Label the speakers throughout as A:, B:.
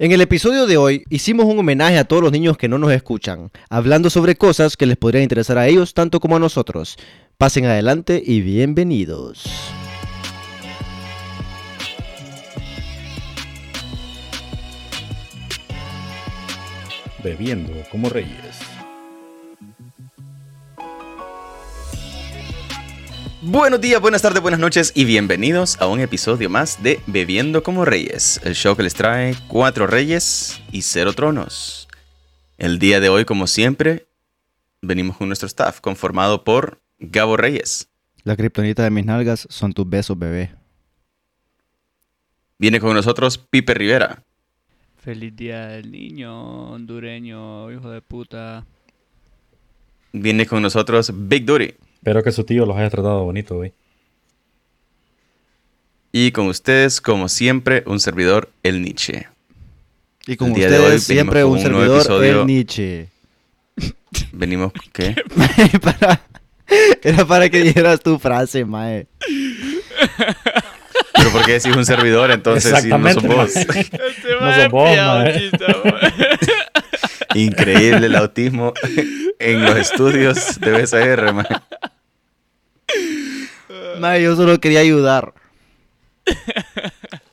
A: En el episodio de hoy hicimos un homenaje a todos los niños que no nos escuchan, hablando sobre cosas que les podrían interesar a ellos tanto como a nosotros. Pasen adelante y bienvenidos.
B: Bebiendo como reyes.
C: Buenos días, buenas tardes, buenas noches y bienvenidos a un episodio más de Bebiendo como Reyes, el show que les trae cuatro reyes y cero tronos. El día de hoy, como siempre, venimos con nuestro staff conformado por Gabo Reyes.
A: La kriptonita de mis nalgas son tus besos, bebé.
C: Viene con nosotros Pipe Rivera.
D: Feliz día del niño hondureño, hijo de puta.
C: Viene con nosotros Big Duty.
B: Espero que su tío los haya tratado bonito hoy.
C: Y con ustedes, como siempre, un servidor, el Nietzsche.
A: Y con
C: El día
A: ustedes
C: de hoy
A: siempre un
C: venimos con un
A: servidor,
C: nuevo episodio.
A: el Nietzsche.
C: Venimos, ¿qué?
A: Para- era para que dijeras tu frase, mae.
C: ¿Pero por qué decís un servidor entonces si no son vos?
D: Este
B: No mae sos vos, es mae.
C: Increíble el autismo en los estudios de BSR, man.
A: Mae, yo solo quería ayudar.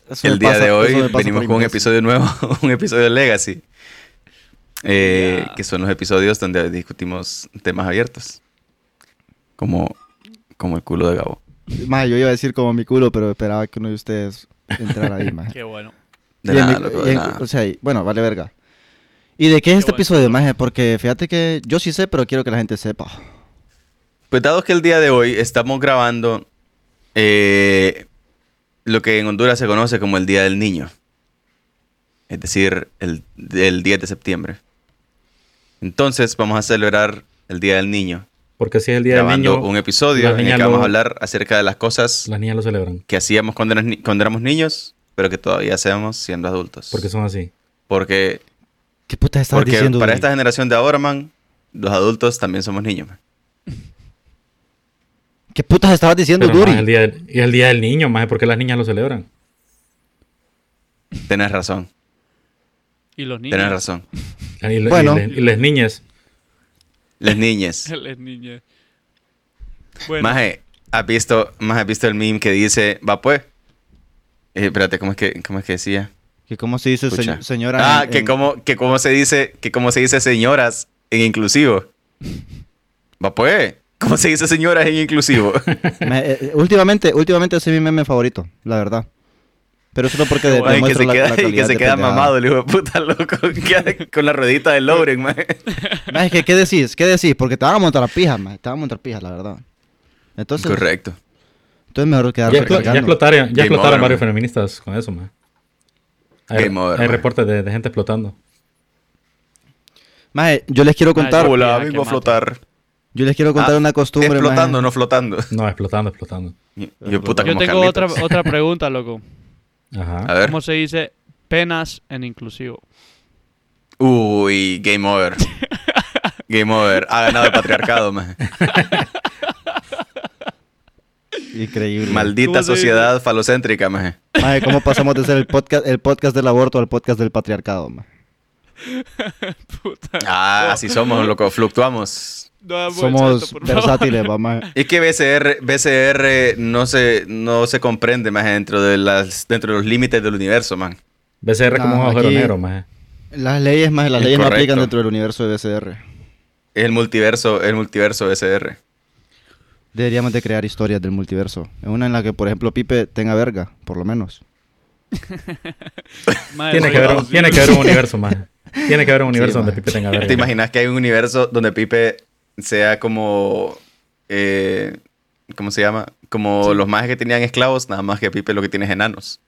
A: Eso me
C: El día
A: pasa-
C: de hoy
A: eso me pasa
C: venimos
A: por
C: con un
A: imbécil.
C: episodio nuevo, un episodio Legacy, eh,
D: Ya.
C: que son los episodios donde discutimos temas abiertos, como, como el culo de Gabo.
A: Mae, yo iba a decir como mi culo, pero esperaba que uno de ustedes entrara ahí, mae.
D: Qué bueno.
C: De
A: Y en
C: nada,
A: mi-
C: loco,
A: y
C: de
A: en-
C: nada.
A: O sea, y- bueno, vale verga. ¿Y de qué es este
D: bueno.
A: episodio, maje? Porque fíjate que yo sí sé, pero quiero que la gente sepa.
C: Pues dado que el día de hoy estamos grabando eh, lo que en Honduras se conoce como el Día del Niño. Es decir, el, el 10 de septiembre. Entonces vamos a celebrar el Día del Niño.
B: Porque si es el día del
C: Grabando
B: niño,
C: un episodio
B: la
C: en el
B: niña
C: que vamos
B: lo-
C: a hablar acerca de las cosas
B: las niñas lo celebran.
C: que hacíamos cuando, eras ni- cuando éramos niños, pero que todavía hacemos siendo adultos.
B: Porque son así.
C: porque,
A: ¿Qué puta estás
C: porque
A: diciendo?
C: para
A: güey?
C: esta generación de ahora, man, los adultos también somos niños. man.
A: ¿Qué putas estabas diciendo,
B: Pero no,
A: Duri?
B: es, el día del, y es el día del niño, más porque las niñas lo celebran.
C: Tenés razón,
D: Y los niños.
C: tenés razón.
B: Y, le-
A: Bueno.
B: y le- y las niñas.
C: Las niñas.
D: Las niñas. Bueno,
C: Maje, ¿has visto, maje, ¿has visto el meme que dice, va pues? Eh, espérate, ¿cómo es que, cómo es que decía?
A: ¿Que ¿Cómo se dice, se-
C: Escucha.
A: señora?
C: Ah,
A: en-
C: que,
A: en-
C: Cómo, que cómo se dice, que cómo se dice señoras en inclusivo. Va pues, ¿cómo se dice señoras en inclusivo?
A: Ma- eh, eh, últimamente, últimamente ese es mi meme favorito, la verdad. Pero solo porque de-
C: Ay, que
A: demuestra
C: se
A: la,
C: queda,
A: la
C: y que
A: calidad
C: se
A: de
C: queda
A: pendejada.
C: mamado el hijo de puta, loco. Queda con la ruedita de Loren, man.
A: Maje, ¿qué, ¿qué decís? ¿Qué decís? Porque te van a montar a pija, maje. Te van a montar pija, la verdad. Entonces,
C: Correcto.
A: entonces mejor
B: Ya,
A: quedarse
B: explo- ya
A: cargando.
B: explotaron, ya
C: Game
B: explotaron
C: over,
B: varios
C: man.
B: feministas con eso, más. Hay,
C: Game over,
B: hay
C: man.
B: reportes de, de gente explotando.
A: Maje, yo les quiero
D: Maje,
A: contar,
D: yo-
C: Hola,
D: Pija,
C: vengo a
D: qué
C: flotar.
A: yo les quiero contar
C: Ah,
A: una costumbre, maje.
C: Explotando, no flotando.
B: No, explotando, explotando.
C: Y- y de puta,
D: yo
C: como
D: tengo otra,
C: Carlitos.
D: otra pregunta, loco.
C: A
B: Ajá.
C: ver.
D: ¿Cómo se dice penas en inclusivo?
C: Uy, game over. Game over. Ha ganado el patriarcado, man.
A: Increíble.
C: Maldita
D: ¿Cómo se
C: sociedad falocéntrica, man.
A: Mae, ¿cómo pasamos de ser el podcast, el podcast del aborto al podcast del patriarcado? ma?
D: Puta.
C: Ah, así somos, loco. Fluctuamos.
D: No hagamos
A: Somos
D: esto, Ah, por favor.
A: versátiles, va, mae.
C: Es que BCR, BCR no se, no se comprende más dentro de las, dentro de los límites del universo, man.
B: BCR como
A: No,
B: un agujero
A: aquí-
B: negro, más.
A: Las leyes, más las
C: Es
A: leyes no
C: correcto.
A: aplican dentro del universo de BCR.
C: Es el multiverso, el multiverso BCR.
A: Deberíamos de crear historias del multiverso. Una en la que, por ejemplo, Pipe tenga verga, por lo menos.
D: Maje,
B: Tiene
D: soy
B: que, haber, un-
D: Dios.
B: tiene que haber un universo, más. Tiene que haber un universo donde
A: man.
B: Pipe tenga verga.
C: ¿Te imaginas que hay un universo donde Pipe sea como. eh, ¿Cómo se llama? Como los mages que tenían esclavos, nada más que Pipe lo que tiene es enanos.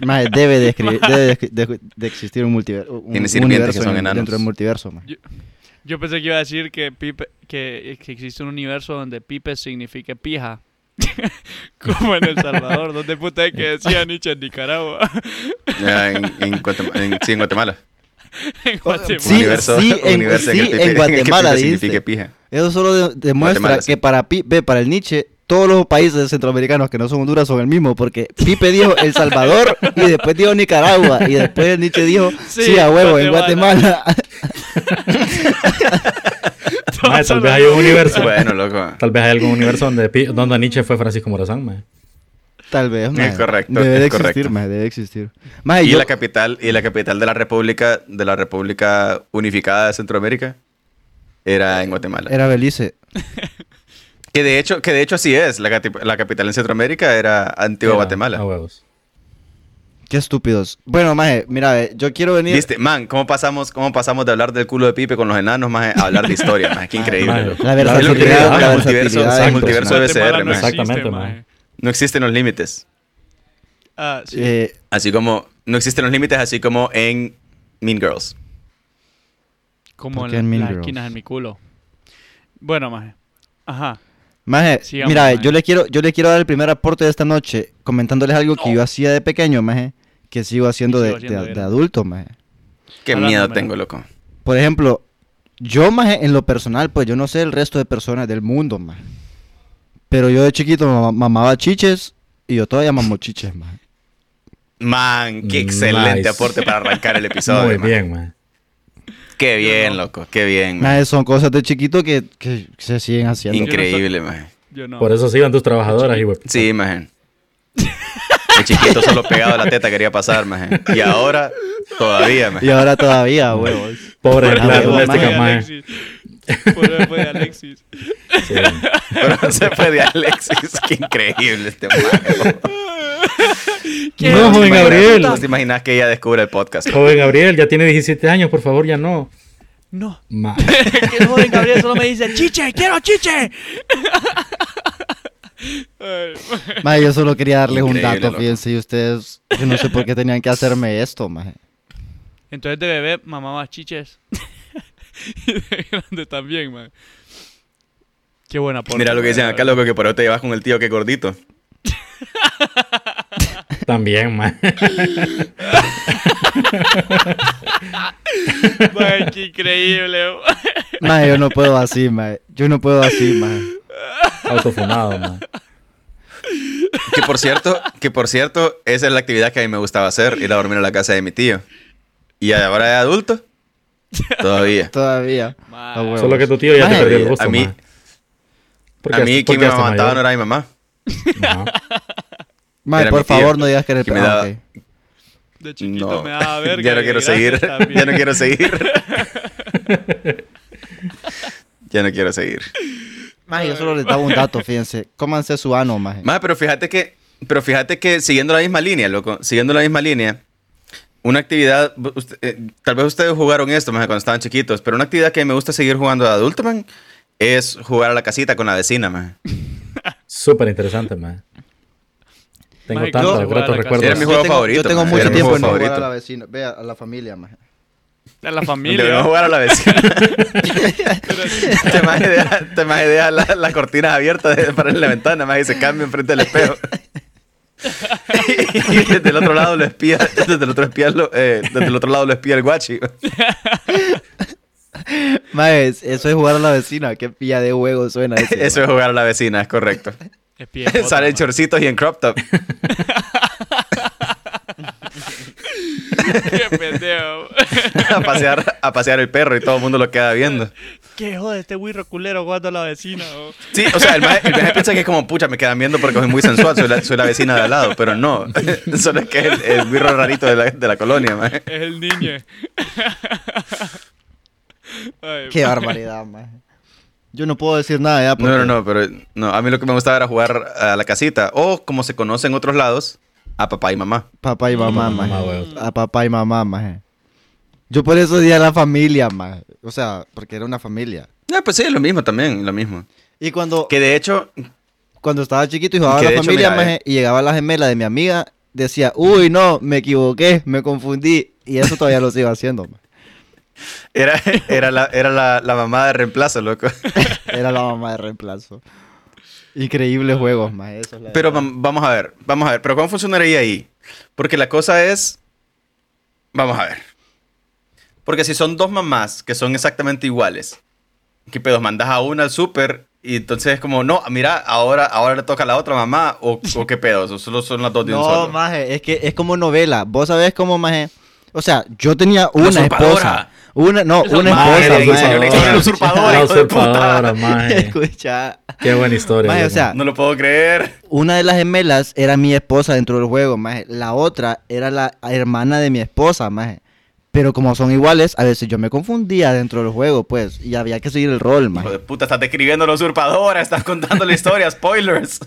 A: Mae, debe de, escri- debe de- de- de existir un multiverso. Un,
C: Tiene
A: un
C: sirvientes
A: universo
C: que son
A: en-
C: enanos.
A: dentro del multiverso, mae.
D: Yo pensé que iba a decir que, Pipe, que, que existe un universo donde Pipe significa pija. Como en El Salvador, donde puta es que decía Nietzsche en Nicaragua.
C: Ya, en, en Guatem- en- sí, en Guatemala.
D: en Guatemala.
A: Sí, sí, en- sí, en Guatemala,
C: Pipe
A: dijiste.
C: signifique pija.
A: Eso solo de- demuestra
C: Guatemala, sí.
A: que para Pipe, para el Nietzsche, todos los países centroamericanos que no son Honduras son el mismo, porque Pipe dijo El Salvador y después dijo Nicaragua y después el Nietzsche dijo
D: Sí,
A: sí, a huevo en
D: Guatemala".
A: Guatemala.
B: Mae, tal vez hay un universo.
C: Bueno, loco.
B: Tal vez hay algún universo donde, Pi- donde Nietzsche fue Francisco Morazán, mae.
A: Tal vez, mae.
C: correcto,
A: Debe
C: es
A: de existir,
C: correcto.
A: mae, debe de existir. Mae,
C: ¿Y
A: yo-
C: la capital y la capital de la República de la República Unificada de Centroamérica? Era en Guatemala.
A: era Belice.
C: Que de hecho, que de hecho así es. La, cati- la capital en Centroamérica era
B: Era-
C: Antigua
A: ah,
C: Guatemala.
B: A huevos.
A: Qué estúpidos. Bueno, mae, mira, eh, yo quiero venir.
C: Viste, man, ¿cómo pasamos, cómo pasamos de hablar del culo de Pipe con los enanos más a hablar de historia? Más
A: Ah,
C: qué increíble.
B: mae.
C: loco.
A: La
C: Es lo que
A: versatilidad,
C: digo, mae,
A: la
C: el multiverso,
A: versatilidad
C: el
A: es
C: multiverso de
D: Guatemala
C: BCR,
D: no
C: mae.
D: existe,
B: Exactamente,
D: mae.
B: mae.
C: No existen los límites.
D: Ah, sí.
A: Eh,
C: Así como, no existen los límites, así como en Mean Girls.
D: como
A: ¿por
D: en
A: qué en Mean
D: las
A: Girls?
D: esquinas en mi culo. Bueno, maje. Ajá.
A: Maje,
D: Sigamos,
A: mira,
D: maje.
A: yo le quiero, yo le quiero dar el primer aporte de esta noche, comentándoles algo que
D: No.
A: yo hacía de pequeño, maje, que sigo haciendo,
D: sigo
A: de,
D: haciendo
A: de-
D: bien.
A: de adulto, maje.
C: Qué
D: Hablando,
C: miedo
D: mae.
C: tengo, loco.
A: Por ejemplo, yo, maje, en lo personal, pues yo no sé el resto de personas del mundo, maje. Pero yo de chiquito ma- mamaba chiches y yo todavía mamo chiches, maje.
C: Man, qué
B: Nice.
C: excelente aporte para arrancar el episodio.
B: Muy
C: man.
B: bien, mae.
C: Qué bien, loco. Qué bien. man.
A: Maje, son cosas de chiquito que, que se siguen haciendo.
D: Incre-
C: Mm. Increíble, man.
D: Yo no.
B: Por eso se iban tus trabajadoras y
C: Sí, man. El chiquito solo pegado a la teta quería pasar, man. Y ahora, todavía, man.
A: y ahora todavía, huevos.
B: Pobres
D: Ah,
A: Por eso
B: empleadas
A: se iban,
B: domésticas,
D: Por
B: mae.
D: eso fue de Alexis.
B: Sí.
C: Pero se fue de Alexis. Qué increíble este man.
D: ¿Qué?
B: No, joven Gabriel.
C: ¿Te imaginas que ella descubre el podcast?
B: Joven Gabriel, ya tiene 17 años, por favor, ya no.
D: No.
B: Ma-
D: que joven Gabriel solo me dice, chiche, quiero chiche. Ay, maje.
A: Maje, yo solo quería darles un
C: Increíble,
A: dato,
C: loco.
A: fíjense, y ustedes, yo no sé por qué tenían que hacerme esto, maje.
D: Entonces de bebé mamaba chiches. y de grande también, man. Qué buena aporte.
C: Mira lo que
D: maje,
C: dicen
D: la
C: acá,
D: verdad.
C: loco, que por ahora te llevas con el tío que es gordito.
B: También, mae.
D: Maje, qué increíble. maje.
A: Mae, yo no puedo así, mae. Yo no puedo así, mae.
B: Autofunado, mae.
C: Que por cierto, que por cierto, esa es la actividad que a mí me gustaba hacer, ir a dormir a la casa de mi tío. Y ahora de adulto, todavía.
A: Todavía.
D: Maje.
A: Ah, huevo.
B: Solo que tu tío ya te
A: Mae,
B: perdió el gusto,
C: a mí,
B: mae.
C: a mí
B: ¿Por
C: quien
B: qué
C: me
B: hasta
C: amamantaba no
B: mayor?
C: era mi mamá.
B: Ajá.
A: Mae,
C: Era
A: por
C: mi tío,
A: favor, no digas que eres
C: que me
A: pe- ah,
C: daba-
A: ok.
D: De chiquito
C: No,
D: me daba verga.
C: ya no
D: y
C: quiero
D: de grande
C: seguir.
D: también.
C: Ya no quiero seguir. ya no quiero seguir.
A: Mae, yo solo les daba un dato, fíjense. Cómanse su ano, mae.
C: Más, pero fíjate que, pero fíjate que siguiendo la misma línea, loco, siguiendo la misma línea, una actividad, bu- usted- eh, tal vez ustedes jugaron esto maje, cuando estaban chiquitos, pero una actividad que me gusta seguir jugando de adulto, man, es jugar a la casita con la vecina, man.
B: Súper interesante, mae. Tengo
D: Mae,
B: tantos
D: yo-
B: gratos recuerdos.
C: Era mi juego
A: yo tengo,
C: favorito,
A: Yo tengo
C: mae.
A: mucho
C: Era mi
A: tiempo en
C: juego
A: no jugar a
C: favorito.
A: la vecina. Ve a, a la familia, mae.
D: A la
C: Debemos
D: familia.
C: jugar a la vecina.
D: Pero-
C: te más idea, te más idea la- las cortinas abiertas de- para la ventana, más y se cambia enfrente del espejo. y desde el otro lado lo espía, desde el otro, espía lo- eh, desde el otro lado lo espía el guachi.
A: Mae, es- eso es jugar a la vecina. Qué pilla de juego suena eso.
C: Eso es jugar a la vecina, es correcto.
D: Espía de
C: Sale en
D: foto,
C: chorcitos y en crop top.
D: man. Qué pendejo.
C: a, pasear, a pasear el perro y todo el mundo lo queda viendo.
D: Qué joder, este wirro culero jugando a la vecina. bo.
C: Sí, o sea, el maje, el maje piensa que es como, pucha, me quedan viendo porque soy muy sensual, soy la, soy la vecina de al lado, pero no. Solo es que es el, el birro rarito de la, de la colonia, maje.
D: Es el niño. Ay,
A: Qué barbaridad, mae. Yo no puedo decir nada ya.
C: No, no,
A: porque-
C: no, pero no, a mí lo que me gustaba era jugar a la casita o como se conoce en otros lados, a papá y mamá.
A: Papá y mamá,
B: mamá,
A: maje.
B: huevos.
A: A papá y mamá, maje. Yo por eso di a la familia, maje. O sea, porque era una familia.
C: Ah, pues sí, lo mismo también, lo mismo.
A: Y cuando,
C: Que de hecho,
A: cuando estaba chiquito y jugaba a
C: Que
A: la
C: de hecho,
A: familia,
C: mira,
A: maje,
C: eh.
A: y llegaba la gemela de mi amiga, decía, uy, no, me equivoqué, me confundí. Y eso todavía lo sigo haciendo. maje.
C: era, era, la, era la, la mamá de reemplazo, loco.
A: Era la mamá de reemplazo.
C: Ah.
A: Increíbles juegos, maje. Eso es la
C: Pero
A: verdad.
C: vam- vamos a ver, vamos a ver, pero ¿cómo funcionaría ahí? Porque la cosa es, vamos a ver. Porque si son dos mamás que son exactamente iguales, ¿Qué pedos? Mandas a una al súper y entonces es como, no, mira, ahora, ahora le toca a la otra mamá o, o qué pedos, o solo son las dos de un
A: No,
C: solo.
A: maje, es que es como novela. Vos sabés cómo, maje. O sea, yo tenía una
C: usurpadora.
A: esposa. Una, no,
D: Esa
A: una
C: madre,
A: esposa,
C: dice,
A: maje.
C: yo le dije, la usurpadora,
B: La
C: hijo de puta.
B: usurpadora, maje.
A: Escucha.
B: Qué buena historia.
A: Maje, o
B: viejo.
A: sea,
C: No lo puedo creer.
A: una de las gemelas era mi esposa dentro del juego, maje. La otra era la hermana de mi esposa, maje. Pero como son iguales, a veces yo me confundía dentro del juego, pues, y había que seguir el rol,
C: Hijo de
A: maje.
C: puta, estás describiendo la usurpadora, estás contando la historia, spoilers.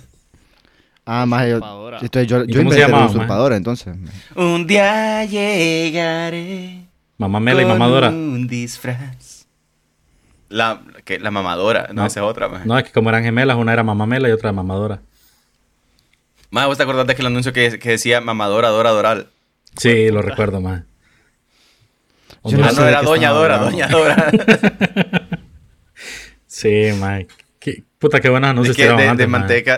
A: Ah, maje, yo,
D: Usurpadora.
A: entonces yo,
B: ¿Y
A: yo
B: cómo se
A: inventé la
B: llamaba, maje?
A: usurpadora, entonces. maje.
C: Un día llegaré.
B: Mamá Mela y
C: con
B: Mamadora.
C: Un disfraz. La, que, la mamadora, no,
B: No.
C: esa es otra, maje.
B: No, es que como eran gemelas, una era Mamá Mela y otra Mamadora.
C: Maje, ¿vos te acordás de aquel anuncio que, que decía mamadora, dora, doral?
B: Sí, lo recuerdo, maje.
A: Yo no
C: Ah,
A: sé
C: no,
A: de
C: era
A: qué
C: doña
A: estaba
C: dora,
A: hablando.
C: doña dora.
B: Sí, maje. Qué- puta, qué buenos
C: De,
B: anuncios
C: que- de-
B: tiraban
C: de
B: antes, maje.
C: manteca,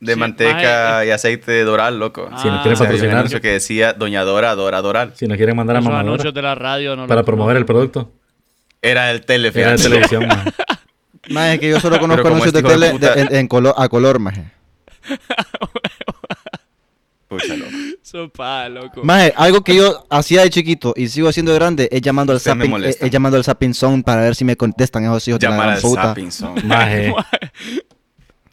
C: de
D: Sí, eh,
C: manteca y aceite doral, loco.
D: Ah,
B: Si nos
C: O
B: quieren
C: sea, había un
B: patrocinar,
C: anuncio que decía Doña Dora, Dora Doral.
B: si nos quieren mandar a
D: Esos
B: Mamadora
D: anuncios de la radio no
B: para
D: los
B: promover el producto,
C: Era el tele,
B: era de
C: fíjate.
B: televisión, maje.
A: Maje, es que yo solo conozco
C: como
A: anuncios de
C: este hijo de
A: tele de-
C: puta-
A: en, en color, a color, maje.
C: Pucha, loco.
D: conozco. Sopa, loco.
A: Maje, algo que yo hacía de chiquito y sigo haciendo de grande es llamando al
C: Usted me
A: zapping, es,
C: molesta.
A: es llamando al zapping sound para ver si me contestan esos hijos de la
C: Llamar
A: gran
C: al
A: puta.
C: Zappinson.
B: Maje.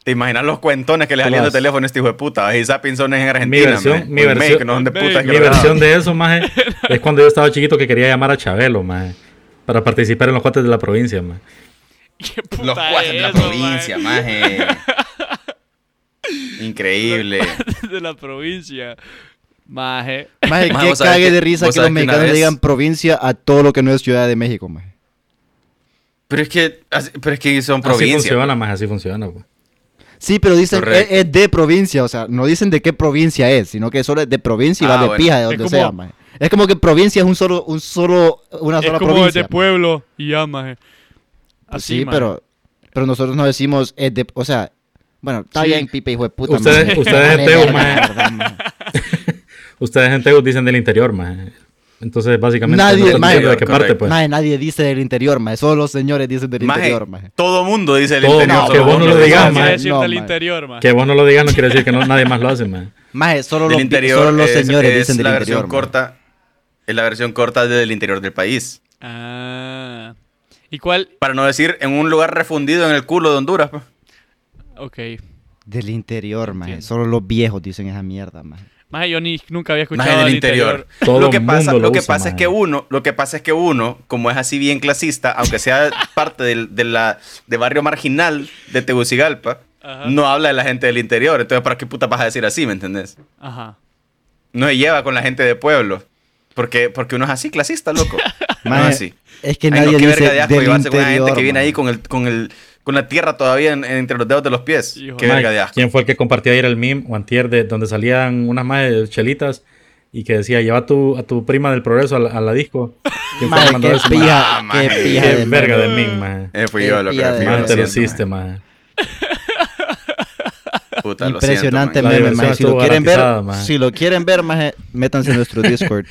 C: ¿Te imaginas los cuentones que le salían de
B: Todas.
C: teléfono a este hijo de puta? Y Zappinson es en
B: Mi
C: Argentina.
B: versión,
C: man.
B: mi
C: O en México,
B: versión,
C: no son de puta que
B: mi
C: lo graban.
B: versión de eso, maje, es cuando yo estaba chiquito que quería llamar a Chabelo, maje, para participar en los cuates de la provincia, maje.
D: ¿Qué puta
C: Los cuates de
D: es
C: la
D: eso, eh.
C: provincia,
D: mae?
C: maje. Increíble.
D: de la provincia. Maje.
A: Maje,
C: Maje,
A: que
C: vos sabés
A: cague
C: que-
A: de risa
C: vos
A: que
C: sabés
A: los
C: que una
A: mexicanos
C: vez-
A: le digan provincia a todo lo que no es Ciudad de México, maje.
C: Pero es que, así- pero es que son
B: Así
C: provincias.
B: funciona, maje, así funciona. pues.
A: Sí, pero dicen es,
C: Correcto.
A: es de provincia, o sea, no dicen de qué provincia es, sino que solo es de provincia y
C: Ah,
A: va de
C: bueno.
A: pija de
D: Es
A: donde
D: como-
A: sea, maje. Es como que provincia es un solo, un solo, una
D: Es
A: sola
D: como
A: provincia.
D: de pueblo y ya, maje.
A: Pues
D: Así,
A: sí,
D: maje.
A: pero, pero nosotros no decimos es de, o sea, bueno, está
D: Sí.
A: bien, Pipe, hijo de puta.
B: Ustedes-
A: maje.
B: ustedes
A: Vale,
B: es teo,
A: verga,
B: maje.
A: la verdad, maje.
B: Ustedes en Tegus dicen del interior, maje. Entonces, básicamente,
A: Nadie,
B: están
A: maje.
B: diciendo de qué parte,
C: Correcto.
B: pues.
A: Mae, nadie dice del interior, mae. Solo los señores dicen del
C: Maje,
A: interior, mae.
C: todo mundo dice el
B: Todo
C: interior.
B: mundo,
C: solo
B: que vos no
C: vos
B: lo
C: no
B: digas,
D: Quiere
C: decís.
B: maje.
D: decir
A: No,
D: del
A: maje.
D: interior, maje.
B: Que vos no lo digas no quiere decir que no- nadie más lo hace, maje.
A: Mae, solo
C: Del
A: los, pi-
C: interior
A: solo los
C: es-
A: señores
C: es
A: dicen del
C: la
A: interior.
C: versión
A: mae.
C: corta. Es la versión corta del interior del país.
D: Ah. ¿Y cuál?
C: Para no decir en un lugar refundido en el culo de Honduras. pues. pa.
D: Ok.
A: Del interior, mae.
D: Entiendo.
A: Solo los viejos dicen esa mierda, mae.
D: Maje, yo ni, nunca había escuchado
C: Más en el
D: del
C: interior.
B: Todo
C: lo que pasa,
B: mundo lo
C: lo que
B: usa,
C: pasa es
B: maje.
C: que uno, lo que pasa es que uno, como es así bien clasista, aunque sea parte del, de la, de barrio marginal de Tegucigalpa,
D: Ajá.
C: no habla de la gente del interior. Entonces, ¿para qué puta vas a decir así, me entendés?
D: Ajá.
C: No se lleva con la gente de pueblo. Porque, porque uno es así clasista, loco. Uno es
A: Mae,
C: así.
A: Es que
C: Ay, no,
A: nadie
C: qué
A: dice
C: verga de asco
A: del
C: llevarse con una
A: interior.
C: gente que viene
A: mae.
C: ahí con el, con el, con la tierra todavía en- entre los dedos de los pies.
D: Hijo
C: Qué
D: de-
C: verga de asco.
B: ¿Quién fue el que compartió ayer el meme o antier de donde salían unas más de chelitas y que decía, lleva a tu, a tu prima del progreso a la, a la disco? ¿Quién fue el que
A: Mae,
B: mandó
A: qué
B: eso, maje?
A: pija,
C: Ah,
A: qué
C: mae,
A: pija
B: Qué
A: de
B: verga de
A: mierda.
B: mí, maje.
C: Eh, fui yo, loco.
A: Tía
C: fui
A: de-
C: yo,
A: Mae,
B: Maje,
C: lo
B: te lo
C: siento,
B: hiciste, maje.
C: mae. Puta, lo siento,
A: Impresionante
B: mae.
C: mae.
B: La
A: meme,
B: diversión
A: mae. Si lo
B: estuvo
A: quieren ver,
B: garantizada, mae.
A: si lo quieren ver, mae, métanse en nuestro Discord.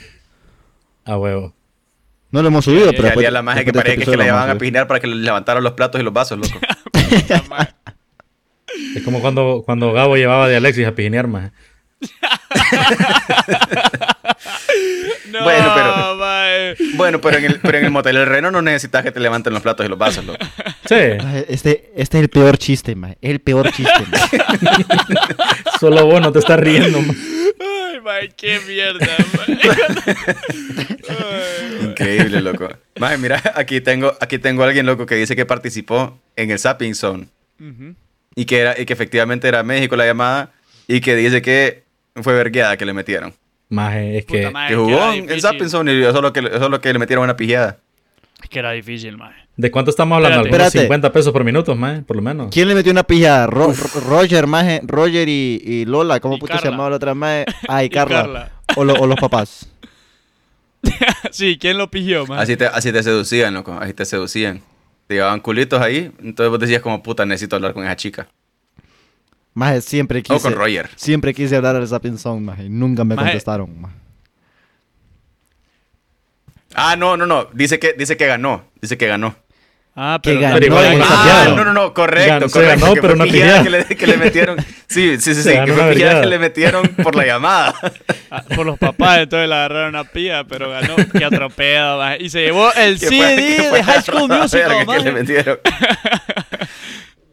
B: A huevo.
A: No lo hemos subido, pero
C: Y
A: después-
C: había la magia que
A: después de
C: parecía
A: este
C: que, es que
A: episodio lo
C: la llevaban a
A: vamos a subir.
C: pinar para que le levantaran los platos y los vasos, loco.
B: Es como cuando, cuando Gabo llevaba de Alexis a pijinear, maje.
D: No,
C: Bueno, pero-
D: maje.
C: bueno, pero en, el, pero en el motel El Reno no necesitas que te levanten los platos y los vasos, loco.
B: Sí,
A: Ay, Este, este es el peor chiste, mae. El peor chiste, mae.
B: solo vos no te estás riendo, maje.
D: Ay, maje, qué mierda, maje. Ay, maje.
C: Increíble, loco. Maje, mira, aquí tengo, aquí tengo a alguien, loco, que dice que participó en el Zapping Zone
D: Ujú.
C: y que, era, y que efectivamente era México la llamada y que dice que fue vergueada que le metieron.
B: Maje, es
D: Puta
B: que...
D: maje,
C: Que
D: era
C: jugó en el
D: difícil.
C: Zapping Zone y solo que, solo que le metieron una pijada.
D: Es que era difícil, maje.
B: ¿De cuánto estamos hablando?
D: Espérate.
B: Algunos
A: Espérate.
B: 50 pesos por minuto, maje, por lo menos.
A: ¿Quién le metió una pija? Ro- Roger, maje, Roger y, y Lola, ¿cómo
D: Y
A: puto se
D: Carla.
A: llamaba la otra maje? Ah, y
D: Y
A: Carla.
D: Carla.
A: O, lo- o los papás.
D: Sí, ¿quién lo pigió, maje?
C: Así te, así te seducían, loco. Así te seducían. Te llevaban culitos ahí. Entonces vos decías como, puta, necesito hablar con esa chica.
A: Maje, siempre quise.
C: O con Roger.
A: Siempre quise hablar al Zapping Song, maje. y Nunca me
D: Maje.
A: contestaron, maje.
C: Ah, no, no, no. Dice que, dice que ganó. Dice que ganó.
D: Ah,
A: Que
D: pero
A: ganó
B: Pero igual
A: el
B: es
A: San
B: una
A: Santiago.
C: Ah,
B: piada.
C: no, no, no, correcto,
B: Ganó, se
C: correcto.
B: ganó,
C: que
B: pero
C: fue
B: una pillada.
C: pillada que le, que le metieron. Sí, sí, sí, sí,
B: Se
C: que
B: ganó
C: fue
B: una
C: pillada
B: vergada.
C: que le metieron por la llamada.
D: ah, por los papás, entonces le agarraron a pía, pero ganó. Qué atropellado, maje. Y se llevó el
C: Que fue- que
D: CD
C: fue
D: de High School
C: la
D: Musical,
C: verga que le
D: maje.
C: metieron.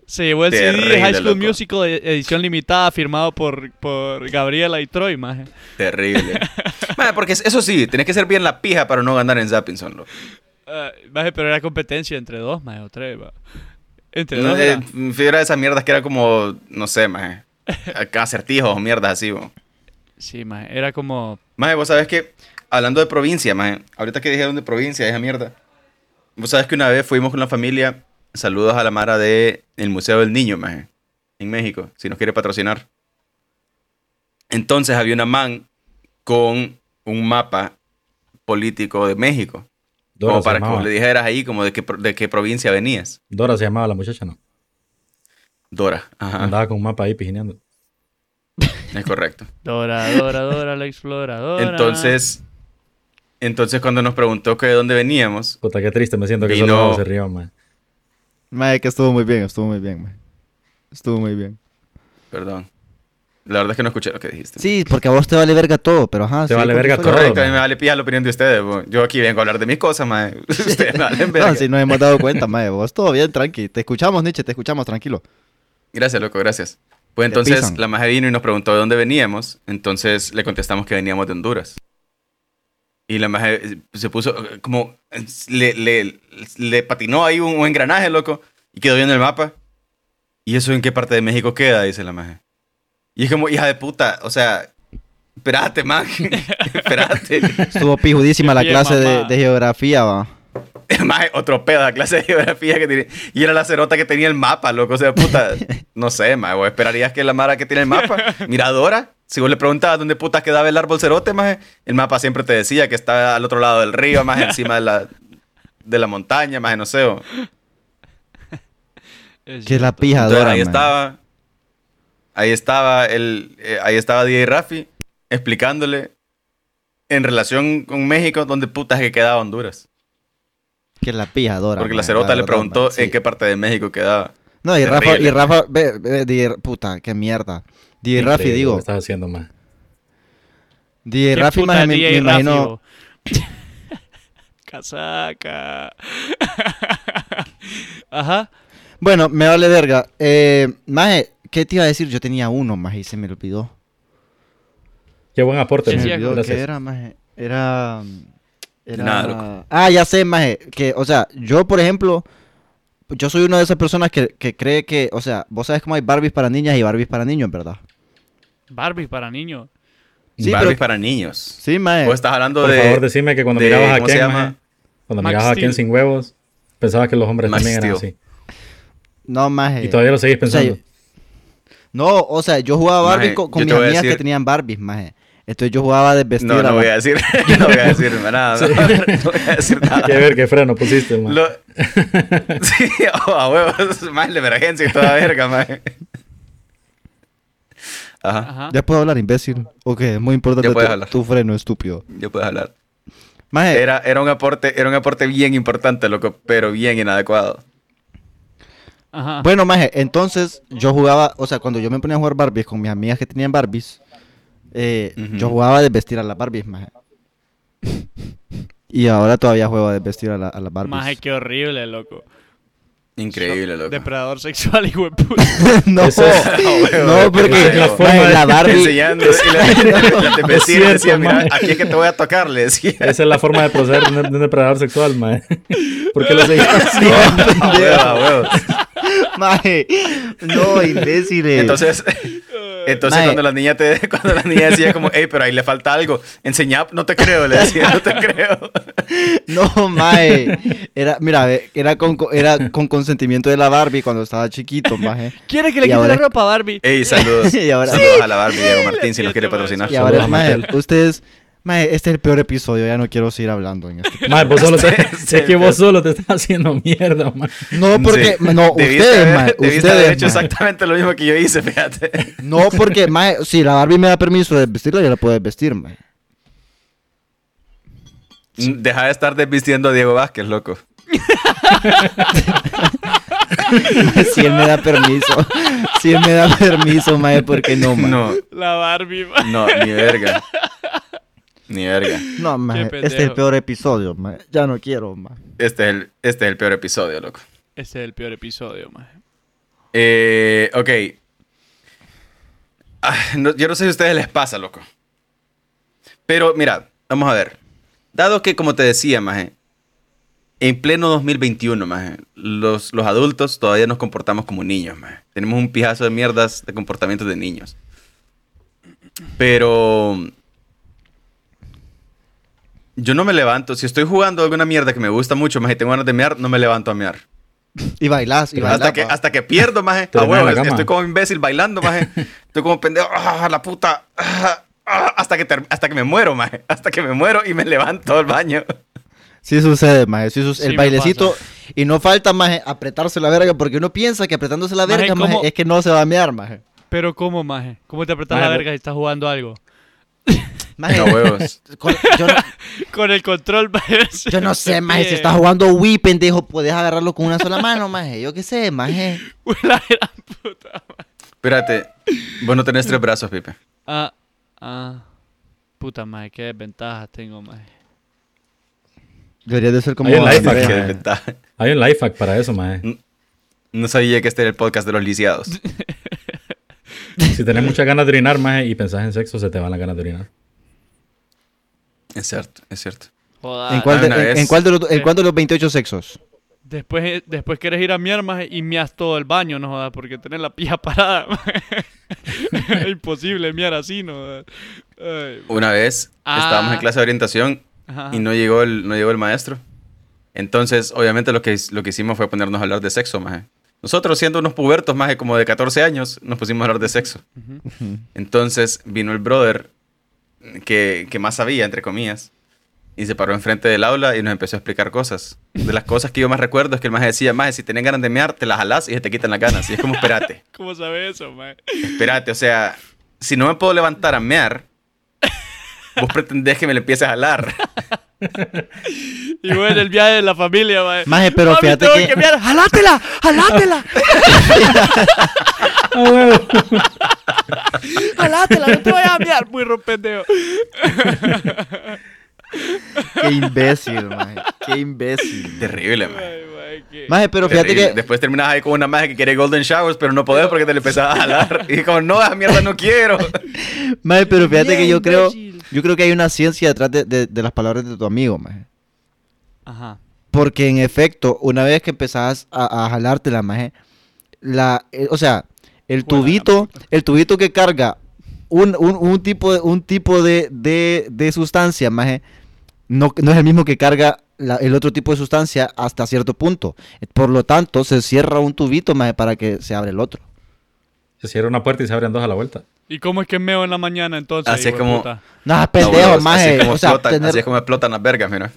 D: Se llevó el CD de
C: Terrible,
D: High School
C: loco.
D: Musical de edición limitada firmado por, por Gabriela y Troy, maje.
C: Terrible. Madre, porque eso sí, tenés que ser bien la pija para no ganar en Zappinson. loco.
D: Ah, maje, pero era competencia entre dos, maje, o tres, va. Entre
C: No,
D: dos.
C: eh,
D: era.
C: fibra de esas mierdas que era como, no sé, maje. Acertijos o mierdas así, bo.
D: Sí, maje, era como...
C: Maje, vos sabés que, hablando de provincia, maje, ahorita que dijeron de provincia, esa mierda. Vos sabés que una vez fuimos con la familia, saludos a la Mara de el Museo del Niño, maje, en México, si nos quiere patrocinar. Entonces había una man con un mapa político de México.
B: Dora
C: como
B: se
C: para que
B: llamaba.
C: vos le dijeras ahí como de qué, pro- de qué provincia venías.
B: Dora se llamaba la muchacha, ¿no?
C: Dora, ajá,
B: Andaba con un mapa ahí pijineando.
C: es correcto.
D: Dora, Dora, Dora, la exploradora.
C: Entonces, entonces cuando nos preguntó que de dónde veníamos,
B: Puta, qué triste me siento que
C: Vino-
B: solo Dora se rió, man.
A: Mae, que estuvo muy bien, estuvo muy bien, mae. Estuvo muy bien.
C: perdón. La verdad es que no escuché lo que dijiste.
A: Sí, porque a vos te vale verga todo, pero ajá. sí,
B: Te vale verga
A: porque-
B: todo.
C: Correcto, Pues a mí me
B: man.
C: vale pija la opinión de ustedes. bo. Yo aquí vengo a hablar de mis cosas, mae. Ustedes me valen verga.
A: Ah, No, si nos hemos dado cuenta, mae. Vos todo bien, tranqui. Te escuchamos, Nietzsche, te escuchamos, tranquilo.
C: Gracias, loco, gracias. Pues
A: Te
C: entonces
A: pisan.
C: la maje vino y nos preguntó de dónde veníamos. Entonces le contestamos que veníamos de Honduras. Y la maje eh, se puso eh, como. eh, Le, le- le patinó ahí un, un engranaje, loco. Y quedó viendo el mapa. ¿Y eso en qué parte de México queda? Dice la maje. Y es como, hija de puta, o sea. Espérate, man. espérate.
A: Estuvo pijudísima la
D: Bien,
A: clase de,
D: mamá.
A: de geografía, va.
C: Maje, otro pedo, la clase de geografía que tiene. Y era la cerota que tenía el mapa, loco. O sea, puta, no sé, maje. Vos esperarías que la Mara que tiene el mapa, miradora. Si vos le preguntabas dónde putas quedaba el árbol cerote, maje, el mapa siempre te decía que estaba al otro lado del río, más encima de la, de la montaña, más no sé. o.
D: Es
A: Que es la
D: cierto.
A: pijadora,
C: Entonces, ahí
A: mae.
C: estaba. Ahí estaba el. eh, ahí estaba DJ Rafi explicándole en relación con México dónde putas que quedaba Honduras.
A: Que es la pijadora.
C: Porque
A: mae,
C: la cerota le
A: verdad,
C: preguntó
A: mae, sí.
C: en qué parte de México quedaba.
A: No, y Rafa,
C: Terrible.
A: y Rafa, ve, ve, di- puta, qué mierda. Di
B: Increíble
A: Rafi,
B: lo que
A: digo.
B: estás haciendo, man?
A: Di
D: ¿Qué
A: Rafi,
D: puta
A: mae, me,
D: DJ
A: me
D: Rafi,
A: imagino.
D: vos? Casaca. Ajá.
A: Bueno, me vale verga. Eh, maje, ¿qué te iba a decir? Yo tenía uno, maje, y se me olvidó.
B: Qué buen aporte,
A: Se
D: Sí,
A: me
D: sí,
B: man.
A: olvidó
B: Gracias.
A: qué era, maje. Era. era-
C: Nada, loco.
A: Ah, ya sé, maje. Que, o sea, yo, por ejemplo, yo soy una de esas personas que, que cree que, o sea, vos sabes cómo hay Barbies para niñas y Barbies para niños, ¿verdad?
D: Barbie para niños.
A: Sí,
C: Barbies
A: pero-
C: para niños.
A: Sí, maje.
C: ¿O estás hablando
B: eh, Por
C: de.
B: favor, decime que cuando
C: de-
B: mirabas a
C: ¿cómo se
B: Ken,
C: llama?
B: maje, cuando
D: Max
B: mirabas a Ken
D: Steel.
B: sin huevos, pensabas que los hombres
C: Max
B: también eran
C: Steel.
B: así.
A: No, maje.
B: Y todavía lo seguís
A: O sea,
B: pensando.
A: yo- no, o sea, yo jugaba Barbies
C: Maje,
A: co- con
C: yo te
A: mis
C: voy a
A: amigas que
C: decir-
A: tenían Barbies, maje. Entonces yo jugaba desvestida.
C: No, no voy a decir. No voy a decir nada. No,
B: Sí.
C: voy a decir
B: Hay que
C: nada.
B: ver qué freno pusiste, man.
C: Ah. Lo- Sí, oh, a huevos. Más la emergencia y toda verga, maje. Ajá.
D: Ajá.
A: Ya puedo hablar, imbécil. Ok, es muy importante
C: Ya puedes
A: tu,
C: hablar.
A: tu freno, estúpido.
C: Yo puedo hablar.
B: Eh.
A: Maje,
C: Era, era, un aporte, era un aporte bien importante, loco, pero bien inadecuado.
D: Ajá.
A: Bueno, maje, entonces yo jugaba, o sea, cuando yo me ponía a jugar Barbies con mis amigas que tenían Barbies, eh,
C: Ujú.
A: yo jugaba a desvestir a las Barbies, maje. Y ahora todavía juego a desvestir a, la- a las Barbies.
D: Maje, qué horrible, loco.
C: Increíble, loco.
D: Depredador sexual y hueputa.
A: no,
B: Eso es-
A: no, porque
C: La
A: la,
B: forma de-
A: la Barbie.
C: Enseñando. y la- la
B: No
C: de
B: es
C: vecina
B: cierto,
C: decía, mira,
B: maje.
C: aquí es que te voy a tocar, le decía.
B: Esa es la forma de proceder de un, de un depredador sexual, man. Porque lo seguís haciendo.
C: A huevos, a huevos.
A: Maje, no, imbéciles.
C: Entonces, entonces
A: Mae.
C: cuando la niña te, cuando la niña decía como, hey, pero ahí le falta algo, enseñá, no te creo, le decía, no te creo.
A: No, mae. Era, mira, ve, era con, co- era con consentimiento de la Barbie cuando estaba chiquito, maje.
D: ¿Quiere que
A: Y
D: le quite
A: ahora-
D: la ropa a Barbie?
C: Hey, saludos.
A: Y ahora-
C: Saludos a la Barbie Diego Martín si
D: siento,
C: nos quiere
D: mae.
C: patrocinar.
A: Y ahora,
B: Saludos,
A: mae,
B: Matel.
A: ustedes, mae, este es el peor episodio, ya no quiero seguir hablando en este.
B: Man, vos solo te,
C: Sí,
B: es que vos solo te estás haciendo mierda, man.
A: No, porque,
C: Sí.
A: no,
C: Debiste
A: ustedes,
C: haber-
A: mae,
C: debiste haber
A: ustedes,
C: hecho
A: mae.
C: exactamente lo mismo que yo hice, fíjate.
A: No, porque, mae, si la Barbie me da permiso de vestirla, yo la puedo vestir, mae.
C: Deja de estar desvistiendo a Diego Vázquez, loco.
A: si él me da permiso. Si él me da permiso, mae, porque no, mae. No,
C: No,
D: La Barbie, ma.
C: no, ni verga. Ni verga.
A: mae,
D: Qué
A: Este es el
D: pendejo.
A: peor episodio, mae. Ya no quiero, mae.
C: Este es el, este es el peor episodio, loco.
D: Ese es el peor episodio, ma.
C: Eh, ok. Ah, no- yo no sé si a ustedes les pasa, loco. Pero mira, vamos a ver. Dado que, como te decía, maje, en pleno 2021, maje, los, los adultos todavía nos comportamos como niños, maje. Tenemos un pijazo de mierdas de comportamientos de niños. Pero... Yo no me levanto. Si estoy jugando alguna mierda que me gusta mucho, maje, y tengo ganas de mear, no me levanto a mear.
A: Y bailás, y
C: Pero
A: bailás.
C: hasta, que,
A: pa.
C: hasta que pierdo, maje.
B: Te
C: A
B: dormís en
C: huevo,
B: la
C: es-
B: cama.
C: estoy como imbécil bailando, maje. Estoy como pendejo. ¡Ah, la puta! ¡Ah, ah! hasta, que ter- hasta que me muero, maje. Hasta que me muero y me levanto al baño.
A: Sí sucede, maje. Sí suce-
D: Sí
A: el
D: me
A: bailecito. Y no falta, maje, apretarse la verga. Porque uno piensa que apretándose la
D: Maje,
A: verga, maje,
D: ¿cómo?
A: es que no se va a mear, maje.
D: Pero ¿cómo, maje? ¿Cómo te apretas
B: Maje,
D: la
B: vos-
D: verga si estás jugando algo?
A: Maje,
C: No, huevos.
A: con- yo, no,
D: Con el control, maje.
A: yo no sé, maje. Si
D: Bien.
A: estás jugando Wii, pendejo, puedes agarrarlo con una sola mano, maje. Yo qué sé, maje.
D: Uy, la gran puta, maje.
C: Espérate. Vos no tenés tres brazos, Pipe.
D: Ah, ah. Puta, maje, qué desventajas tengo, maje.
A: Debería de ser como.
B: Hay un
A: Andrés,
B: life hack
A: maje.
C: Qué desventaja.
B: Hay un life hack para eso, mae.
C: No sabía que este era el podcast de los lisiados.
B: Si tenés muchas ganas de orinar, mae, y pensás en sexo, se te van las ganas de orinar.
C: Es cierto, es cierto.
D: Joder.
A: ¿En cuál, de,
C: Una
A: en-
C: vez.
A: en cuál de los, en
D: Sí.
A: cuál de los 28 sexos?
D: Después, eh, después quieres ir a miar, maje, y mias todo el baño, no jodas, porque tenés la pija parada, maje. Es imposible miar así, no jodas. Ay,
C: Una vez
D: Ah.
C: estábamos en clase de orientación
D: ajá.
C: y no llegó el, no llegó el maestro. Entonces, obviamente, lo que, lo que hicimos fue ponernos a hablar de sexo, maje. Nosotros, siendo unos pubertos, maje, como de 14 años, nos pusimos a hablar de sexo.
D: Ujú.
C: Entonces, vino el brother, que, que más sabía, entre comillas, y se paró enfrente del aula y nos empezó a explicar cosas. De las cosas que yo más recuerdo es que el maje decía, maje, si tenés ganas de mear, te las jalás y se te quitan las ganas. Y es como, espérate,
D: ¿Cómo sabes eso, maje?
C: espérate, o sea, si no me puedo levantar a mear, vos pretendés que me le empieces a jalar.
D: Y bueno, el viaje de la familia, maje.
A: Maje, pero
D: Mami,
A: fíjate
D: tengo
A: que-
D: miar, ¡Jalátela! ¡Jalátela!
B: ¡Ah, huevo!
D: ¡Jalátela! ¡No te vayas a miar! Muy rompendeo.
A: Qué imbécil, maje. Qué imbécil.
C: Terrible, maje.
D: Ay, maje, qué-
A: Maje, pero fíjate
C: Terrible.
A: que.
C: Después terminas ahí con una magia que quiere Golden Showers, pero no podés porque te le empezás a jalar. Y como, no, esa mierda no quiero.
A: Maje, pero fíjate que yo
D: Bien,
A: creo.
D: imbécil.
A: Yo creo que hay una ciencia detrás de, de- de las palabras de tu amigo, maje.
D: Ajá.
A: Porque en efecto, una vez que empezás a, a jalarte la maje, la, eh, o sea, el
D: Juega la
A: tubito, el tubito que carga un, un- un tipo de, un tipo de, de- de sustancia, maje, no, no es el mismo que carga la- el otro tipo de sustancia hasta cierto punto. Por lo tanto, se cierra un tubito, maje, para que se abra el otro.
B: Se cierra una puerta y se abren dos a la vuelta.
D: ¿Y cómo es que meo en la mañana entonces?
C: Así es
D: hijo de
C: como-
D: puta?
A: No,
C: No,
A: pendejo,
C: huevos,
A: maje.
C: Así, como
A: o sea,
C: explotan-
A: tener-
C: así es como explotan las vergas, mira.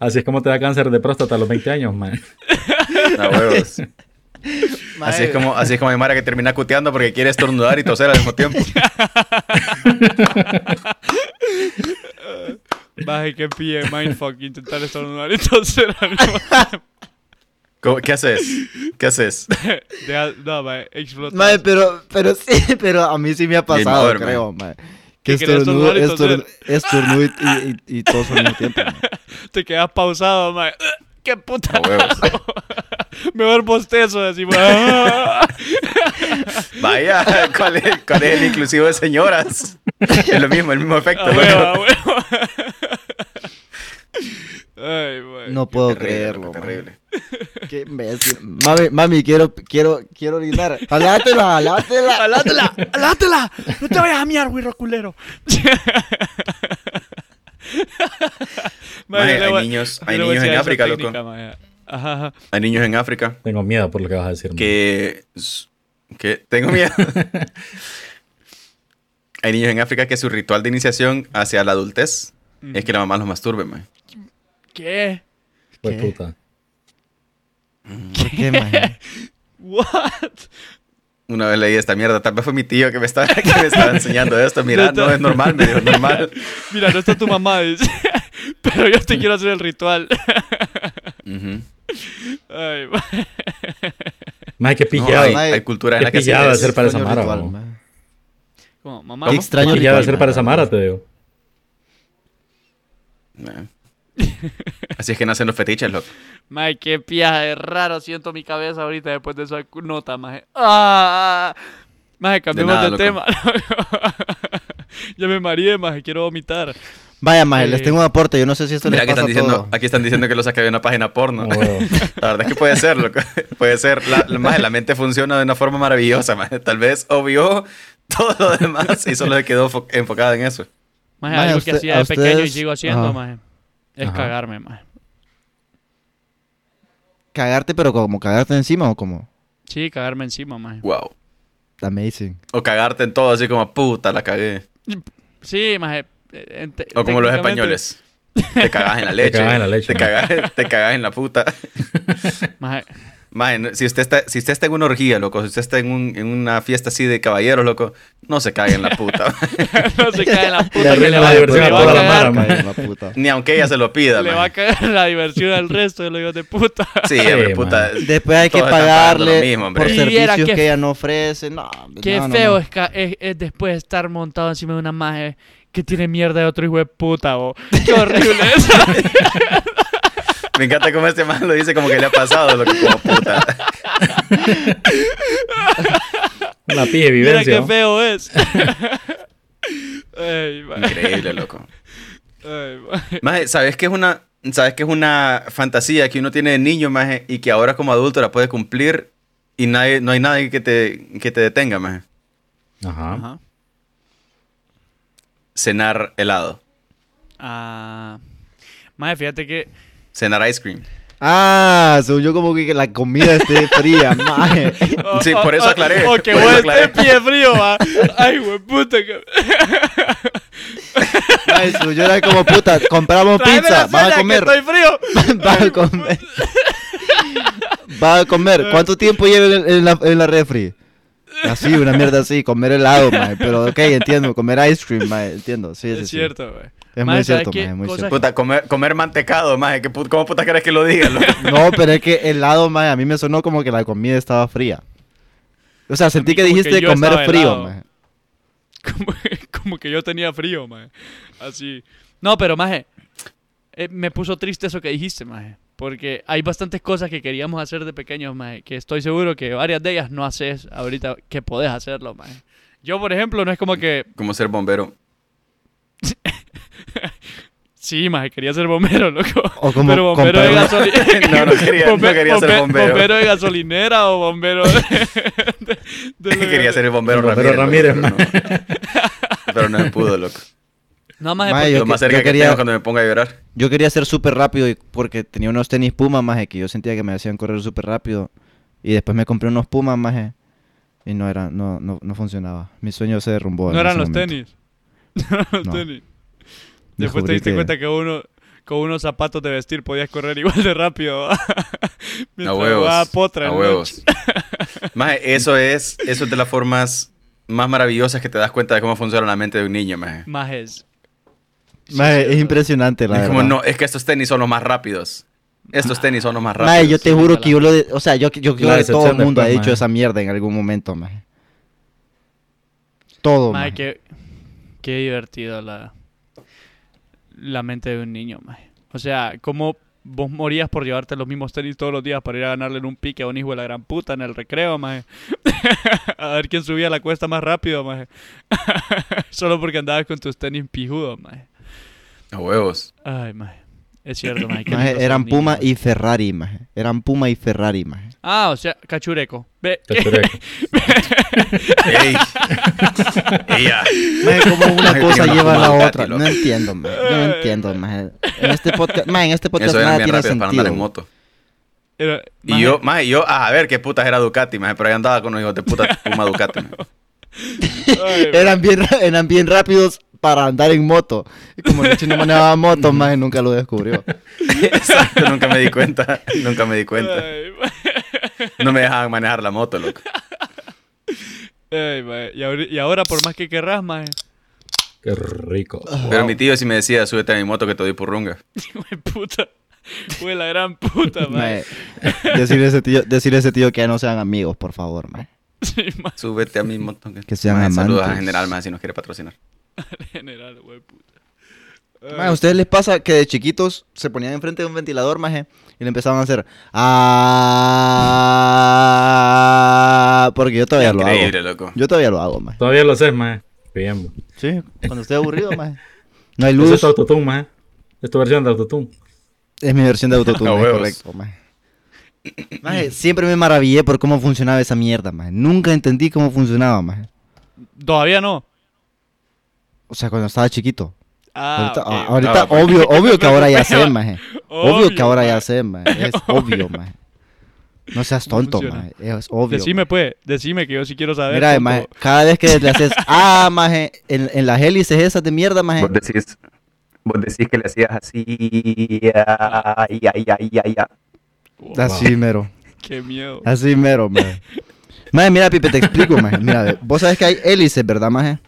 B: Así es como te da cáncer de próstata a los 20 años, mae.
C: No, huevos.
A: maje,
C: Así es como, así es como hay Mara que termina cuteando porque quiere estornudar y toser al mismo tiempo.
D: Baje que pille mindfuck intentar estornudar y toser al mismo
C: ¿Cómo- ¿Qué haces? ¿Qué haces?
D: Deja- no, mae, explota.
A: Maje, pero, pero sí, pero a mí sí me ha
C: Game
A: pasado,
C: over, maje.
A: creo, maje.
D: Que querías
A: estornudo,
D: estornudar y
A: estor- estornudo y, y- y- y todos al mismo tiempo. maje.
D: Te quedas pausado, mae. ¡Qué puta!
C: No, huevos.
D: Mejor bostezo, decimos.
C: Vaya, ¿cuál es, cuál es el inclusivo de señoras? Es lo mismo, el mismo efecto.
D: A Ah, huevo, a huevo. Ay, mae.
A: No puedo
C: Terrible,
A: creerlo. maje.
C: terrible.
A: Qué imbécil. Mami, mami, quiero, quiero, quiero orinar. Jalátela, jalátela.
D: ¡Alátela! ¡Alátela! ¡No te vayas a miar, güey, roculero!
C: Mae, hay niños- hay niños en África, loco.
D: Ajá, ajá.
C: Hay niños en África
B: Tengo miedo por lo que vas a decir, mae.
C: que, que tengo miedo. Hay niños en África que su ritual de iniciación hacia la adultez es que la mamá los masturbe, man.
D: ¿Qué?
B: Pues
A: ¿Qué?
B: puta.
A: ¿Qué, maje?
D: ¿What?
C: Una vez leí esta mierda, tal vez fue mi tío que me estaba, que me estaba enseñando esto. Mira,
D: Neta.
C: no es normal, me dijo, normal.
D: Mira, no está tu mamá, dice. Pero yo te quiero hacer el ritual.
C: Ujú.
D: Ay, ma-
B: Más que
C: No,
A: Ya,
C: hay,
B: pillado.
A: mae,
C: hay cultura en la
B: qué
C: que así
B: pillado
C: es.
B: hacer para esa
A: Extraño
B: mara,
A: ritual,
B: vamos.
A: mae.
D: como, mamá.
A: Qué extraño
B: Más pillado
A: ritual,
B: hacer
A: mae.
B: para Samara, te digo.
C: Nah. Así es que nacen los fetiches, loco.
D: Mae, qué piaja de raro siento mi cabeza ahorita después de esa cu- nota, mae. ¡Ah! Mae, cambiemos
C: nada,
D: de,
C: loco.
D: tema. ya me mareé, mae, quiero vomitar.
A: Vaya, mae, les
D: Eh,
A: tengo un aporte. Yo no sé si esto les
C: Mira que
A: pasa
C: están
A: a
C: diciendo,
A: todos.
C: aquí están diciendo que lo saqué de una página porno.
B: Ah, huevo.
C: La verdad es que puede ser, loco. Puede ser. La, la- maje, la mente funciona de una forma maravillosa, maje. Tal vez obvió todo lo demás y solo se quedó fo- enfocada en eso.
D: Mae,
A: Mae,
D: algo
A: usted-
D: que hacía
A: a
D: de pequeño y
A: ustedes-
D: sigo haciendo,
A: Ajá.
D: mae. Es
B: Ajá.
D: cagarme, mae.
A: Cagarte, pero como cagarte encima o como.
D: Sí, cagarme encima, mae.
C: Wow.
A: Amazing.
C: O cagarte en todo, así como, puta, la cagué.
D: Sí, mae. eh, ente-
C: O como los
D: técnicamente-
C: españoles. Te cagás en la leche.
B: cagás en la leche.
C: Te cagás, te cagás en la puta.
D: Mae,
C: Maje, no- si usted, está, si usted está en una orgía, loco, si usted está en, un- en una fiesta así de caballeros, loco, no se cague en la puputa.
D: no se cae en la puta.
B: Le
D: que
B: arruina
D: le va,
B: la diversión
D: le
B: a
D: va
B: toda la
D: cagar,
B: mara, mae.
C: Ni aunque ella se lo pida,
D: Le
C: maje.
D: va a cagar la diversión al resto de los hijos de puta.
C: Sí,
B: Sí,
C: hombre, puta.
A: Después hay que
C: Todos están pagando lo
A: pagarle
C: mismo, hombre.
A: por
D: Y viera
A: servicios
D: qué-
A: que, ella no ofrece. No, hombre,
D: Qué
A: no, no,
D: feo
A: no.
D: Es, ca- es, es después de estar montado encima de una maje que tiene mierda de otro hijo de puta, bo. Qué horrible eso.
C: Me encanta cómo este man lo dice como que le ha pasado, loco, como puta.
B: Una pije
D: Mira
B: vivencia.
D: qué
B: ¿no?
D: feo es. Ay, ma-
C: Increíble, loco.
D: ay, ma-
C: Maje, ¿sabes qué es una, sabes qué es una fantasía que uno tiene de niño, maje, y que ahora como adulto la puede cumplir y nadie, no hay nadie que te, que te detenga, maje?
B: Ajá.
D: Ajá.
C: Cenar helado,
D: Ah, maje, fíjate que
C: cenar ice cream.
A: Ah, según yo, como que la comida esté fría, mae.
D: Oh,
C: Sí,
D: oh,
C: por eso
D: oh,
C: aclaré,
D: Oh, que
C: por
D: vos
C: eso aclaré.
D: estés pie frío, va. Ay, güey, puta. Que...
A: Mae, según yo era como puta. Compramos
D: Tráeme
A: pizza,
D: la
A: vas
D: cena,
A: a comer.
D: Que estoy frío.
A: Vas a comer. Vas a comer. ¿Cuánto tiempo lleva en, en la, en la refri? Así, una mierda así, comer helado, mae. Pero ok, entiendo, comer ice cream, mae, entiendo. Sí, sí,
D: es
A: sí.
D: cierto, güey.
A: Es
D: Mae,
A: muy
D: ¿sabes
A: cierto,
D: qué?
A: mae, muy
D: Cosa
A: cierto.
C: Puta, comer, comer mantecado, maje, ¿qué put- ¿cómo puta crees que lo diga, loco?
A: No, pero es que helado, mae, a mí me sonó como que la comida estaba fría. O sea, sentí que
D: como que
A: dijiste
D: yo
A: comer
D: estaba
A: frío,
D: helado.
A: mae.
D: como, como que yo tenía frío, maje. Así. No, pero, maje, eh, me puso triste eso que dijiste, maje. Porque hay bastantes cosas que queríamos hacer de pequeños, maje, que estoy seguro que varias de ellas no haces ahorita que podés hacerlo, maje. Yo, por ejemplo, no es como que,
C: Como ser bombero.
D: sí, maje, quería ser bombero, loco.
A: O como
D: pero bombero
A: comprar
D: de
A: una-
D: gasolinera.
C: No, no quería- no quería ser bombero.
D: Bombero de gasolinera o bombero de... de- de-
C: Quería ser el bombero,
B: El bombero
C: Ramírez.
B: Ramírez,
C: loco, pero, no, pero no se pudo, loco.
D: No, maje,
A: Maje,
D: porque-
A: Yo
C: Lo más
A: que-
C: cerca
A: yo
C: que
A: quería-
C: tengo es cuando me ponga a llorar.
A: Yo quería ser súper rápido y- porque tenía unos tenis Puma, maje, que yo sentía que me hacían correr súper rápido. Y después me compré unos Puma, maje, y no era, no, no, no funcionaba. Mi sueño se derrumbó. en
D: No eran
A: ese
D: los
A: momento.
D: tenis. No eran los
A: No.
D: tenis. Después
A: Descubrí
D: te diste
A: que-
D: cuenta que uno, con unos zapatos de vestir podías correr igual de rápido.
C: A
D: Mientras
C: huevos.
D: jugaba potra
C: a
D: en
C: huevos. Maje, eso es, eso es de las formas más maravillosas que te das cuenta de cómo funciona la mente de un niño, maje.
D: lunch. Majes.
A: Maje,
D: Sí,
A: es impresionante, la
C: Es como,
A: verdad.
C: no, es que estos tenis son los más rápidos. Estos tenis son los más rápidos.
A: Maje, yo te
D: sí,
A: juro
D: ojalá.
A: que yo lo, de- o sea, yo, yo creo
B: La
A: que todo el
B: decepción
A: mundo ha
B: después,
A: dicho
B: maje.
A: esa mierda en algún momento, maje. Todo,
D: Maje,
A: maje.
D: qué, qué divertido la, la mente de un niño, maje. O sea, cómo vos morías por llevarte los mismos tenis todos los días para ir a ganarle en un pique a un hijo de la gran puta en el recreo, maje. a ver quién subía la cuesta más rápido, maje. Solo porque andabas con tus tenis pijudos, maje.
C: A huevos.
D: Ay, maje. Es cierto, maje. qué
A: Maje,
D: lindos
A: eran
D: son los
A: Puma
D: niños.
A: y Ferrari, maje. Eran Puma y Ferrari, maje.
D: Ah, o sea, cachureco. Ve,
B: Te juro.
C: Ey. Ella.
A: Maje, como una
C: Maje,
A: cosa
C: tiene
A: lleva a la
C: una Ducati,
A: otra.
C: loco.
A: No entiendo, maje. Yo no
D: Ay,
A: entiendo, maje. En este podcast, maje, en este podcast
C: Eso era
A: nada
C: bien
A: tiene
C: rápido para andar
A: sentido.
C: en moto.
D: era-
C: Y
D: maje,
C: yo, maje, yo, ah, a ver qué putas era Ducati, maje, pero ahí andaba con los hijos de puta Puma Ducati. maje.
D: ay,
A: Eran bien, ra- eran bien rápidos para andar en moto. Y como el chino manejaba moto, maje, nunca lo descubrió.
C: Exacto, nunca me di cuenta. Nunca me di cuenta.
D: ay, maje.
C: No me dejaban manejar la moto, loco.
D: Ay, maje. Y, ahori- y ahora, por más que querrás, maje,
B: Qué rico.
E: Oh,
C: Pero mi tío sí me decía, súbete a mi moto que te doy purrunga.
D: Hijo de puta. Fue la gran puta, mae.
A: Mae, decirle a ese tío, decirle a ese tío que ya no sean amigos, por favor, mae.
D: Sí, mae,
C: Súbete a mi moto.
A: Que sean
C: Mae, Saludos a
A: amantes.
C: General, más si nos quiere patrocinar.
D: en general, güey, puta.
A: Mae, ¿a ustedes les pasa que de chiquitos se ponían enfrente de un ventilador, maje, y le empezaban a hacer ah porque yo todavía lo hago.
C: Increíble, loco.
A: Yo todavía lo hago, maje.
B: Todavía lo haces, mae. Bien. bo.
A: Sí, cuando estoy aburrido, maje. No hay
B: Ese
A: luz.
B: es Autotune, mae. Es tu versión de Autotune.
A: Es mi versión de Autotune,
C: A
A: es
C: huevos.
A: correcto, maje. Maje, siempre me maravillé por cómo funcionaba esa mierda, maje. Nunca entendí cómo funcionaba, maje.
D: Eh, Todavía no.
A: O sea, cuando estaba chiquito.
D: Ah,
A: Ahorita,
D: ok.
A: ah, ahorita
C: Ah, ok.
A: obvio, obvio que ahora ya sé,
D: Obvio,
A: maje. Obvio que ahora ya
D: mae.
A: sé, maje. Es obvio, maje. No seas
D: No
A: tonto,
D: funciona.
A: maje. Es obvio.
D: Decime, pues. Decime que yo sí quiero saber.
A: Mira,
D: tonto.
A: maje, cada vez que le haces ah, maje, en, en las hélices esas de mierda, maje.
E: Vos decís, vos decís que le hacías así. Ay, ay, ay, ay, ay.
D: Wow,
A: Así mero.
D: Qué miedo.
A: Así mero, maje. Maje, mira, Pipe, te explico, maje. Mira, ve, vos sabes que hay hélices, ¿verdad, maje?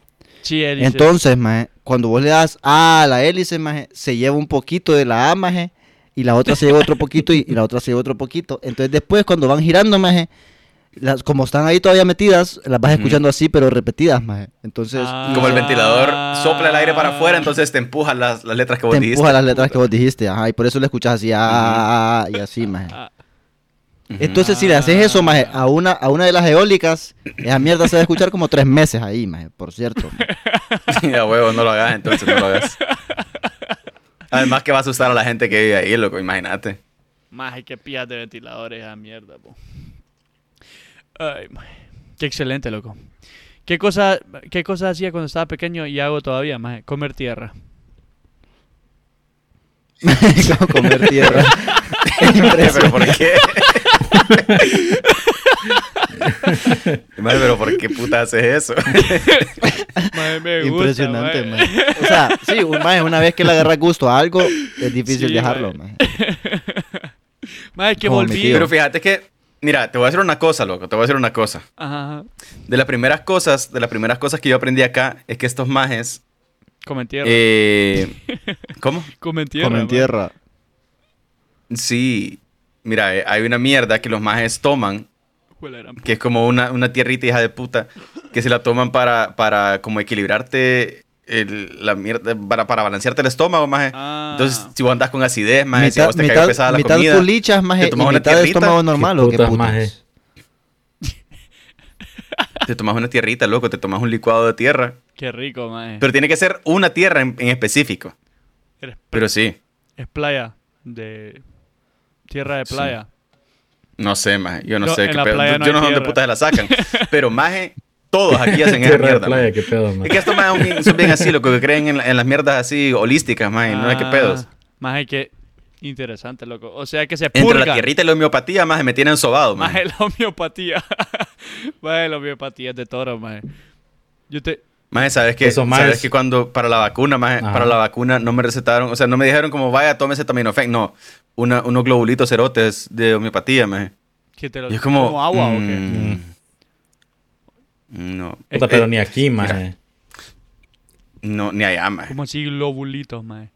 D: Sí, él dice,
A: Entonces, maje, cuando vos le das A a la hélice, maje, se lleva un poquito de la A, maje, y la otra se lleva otro poquito y, y la otra se lleva otro poquito. Entonces, después, cuando van girando, maje, las, como están ahí todavía metidas, las vas
C: Ujú.
A: escuchando así, pero repetidas, maje. Entonces,
D: Ah.
C: Como el ventilador sopla el aire para
D: Ah.
C: afuera, entonces te empuja las, las letras que vos
A: te
C: dijiste.
A: empuja las letras que vos dijiste, ajá, y por eso le escuchas así, ah, y así, maje.
D: Ah.
C: Ujú.
A: Entonces, si le haces eso, maje, a una, a una de las eólicas, esa mierda se va a escuchar como tres meses ahí, maje, por cierto. maje.
C: Ya, huevo, no lo hagas, entonces no lo hagas. Además que va a asustar a la gente que vive ahí, loco, imagínate.
D: Maje, qué pillas de ventiladores a mierda, po. Ay, maje. Qué excelente, loco. ¿Qué cosa, ¿Qué cosa hacía cuando estaba pequeño y hago todavía, maje? Comer tierra.
A: Como comer tierra.
C: ¿Pero por qué? Madre, pero ¿por qué puta haces eso?
D: Maje, me gusta,
A: Impresionante,
D: maje.
A: man. O sea, sí, un- maje, una vez que le agarras gusto a algo, es difícil
D: Sí,
A: dejarlo,
D: maje.
A: man.
D: Maje, que
A: Como mi
D: volví.
A: tío.
C: Pero fíjate que, mira, te voy a decir una cosa, loco, te voy a decir una cosa.
D: Ajá.
C: De las primeras cosas, de las primeras cosas que yo aprendí acá es que estos majes,
D: Comen tierra.
C: eh, ¿cómo?
D: comen tierra.
A: Comen
D: maje.
A: tierra.
C: Sí, mira, eh, hay una mierda que los majes toman
D: Hijo de la gran puta.
C: que es como una, una tierrita hija de puta, que se la toman para, para como equilibrarte el- la mierda, para, para balancearte el estómago, maje.
D: Ah.
C: Entonces, si vos andás con acidez, maje, si a
A: Mitad,
C: vos te cae
A: mitad,
C: pesada la
A: mitad
C: comida,
A: culichas, maje,
C: te
A: y
C: tomas una
A: mitad de
C: tierrita,
A: estómago normal,
B: Qué
A: ¿o qué
B: putas,
A: putas?
B: maje.
C: te tomas una tierrita, loco, te tomas un licuado de tierra.
D: Qué rico, maje.
C: Pero tiene que ser una tierra en, en específico.
D: Eres-
C: Pero sí,
D: Es playa. De... Tierra de
C: Sí.
D: playa.
C: no sé, maje, yo no,
D: No,
C: sé
D: en
C: qué
D: la
C: pedo.
D: playa
C: Yo
D: no
C: no,
D: hay
C: sé dónde
D: tierra.
C: putas se la sacan. Pero, maje, todos aquí hacen esa
B: Tierra de
C: mierda.
B: playa,
C: maje.
B: qué pedo,
C: Es
B: mae.
C: que estos majes son bien- son bien así, loco, que creen en, la- en las mierdas así holísticas, maje, no hay
D: Ah.
C: que pedos.
D: Más que interesante, loco. O sea que se
C: Entre
D: purga.
C: la tierrita y la homeopatía, maje, me tienen sobado,
D: Más
C: maje.
D: la homeopatía. Más la homeopatía es de toro, más. Yo te.
C: Maje, sabes que,
B: Esos majes-
C: sabes que cuando para la vacuna, maje,
B: Ajá.
C: para la vacuna no me recetaron, o sea, no me dijeron como vaya, tómese taminofén, no, una, unos globulitos cerotes de homeopatía, maje.
D: Que te lo,
C: Y es como,
D: agua o qué.
C: mm, No.
B: Puta,
C: Eh,
B: pero
C: eh,
B: ni aquí, mae.
C: no, ni allá, maje.
D: Como así globulitos, más.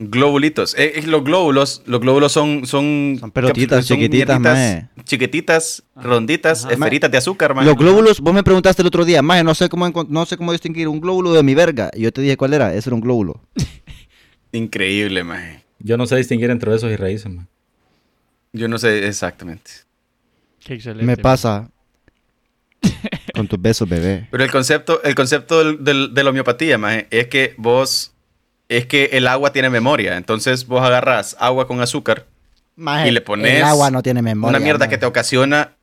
C: Globulitos. Eh, eh, los glóbulos, los glóbulos son son,
A: Son pelotitas
C: cap- son
A: chiquititas,
C: mierditas
A: maje.
C: chiquititas, ronditas,
D: Ah. Ajá.
C: esferitas de azúcar, maje.
A: Los glóbulos, vos me preguntaste el otro día, maje, no sé cómo encon- no sé cómo distinguir un glóbulo de mi verga. Y yo te dije cuál era, ese era un glóbulo.
C: Increíble, maje.
B: Yo no sé distinguir entre besos y raíces, mae.
C: Yo no sé exactamente.
D: Qué excelente.
A: Me
D: mae.
A: pasa con tus besos, bebé.
C: Pero el concepto, el concepto del- del- de la homeopatía, maje, es que vos, es que el agua tiene memoria. Entonces vos agarrás agua con azúcar,
A: Maje,
C: Y le pones
A: el agua no tiene memoria.
C: una mierda
A: maje.
C: que te ocasiona.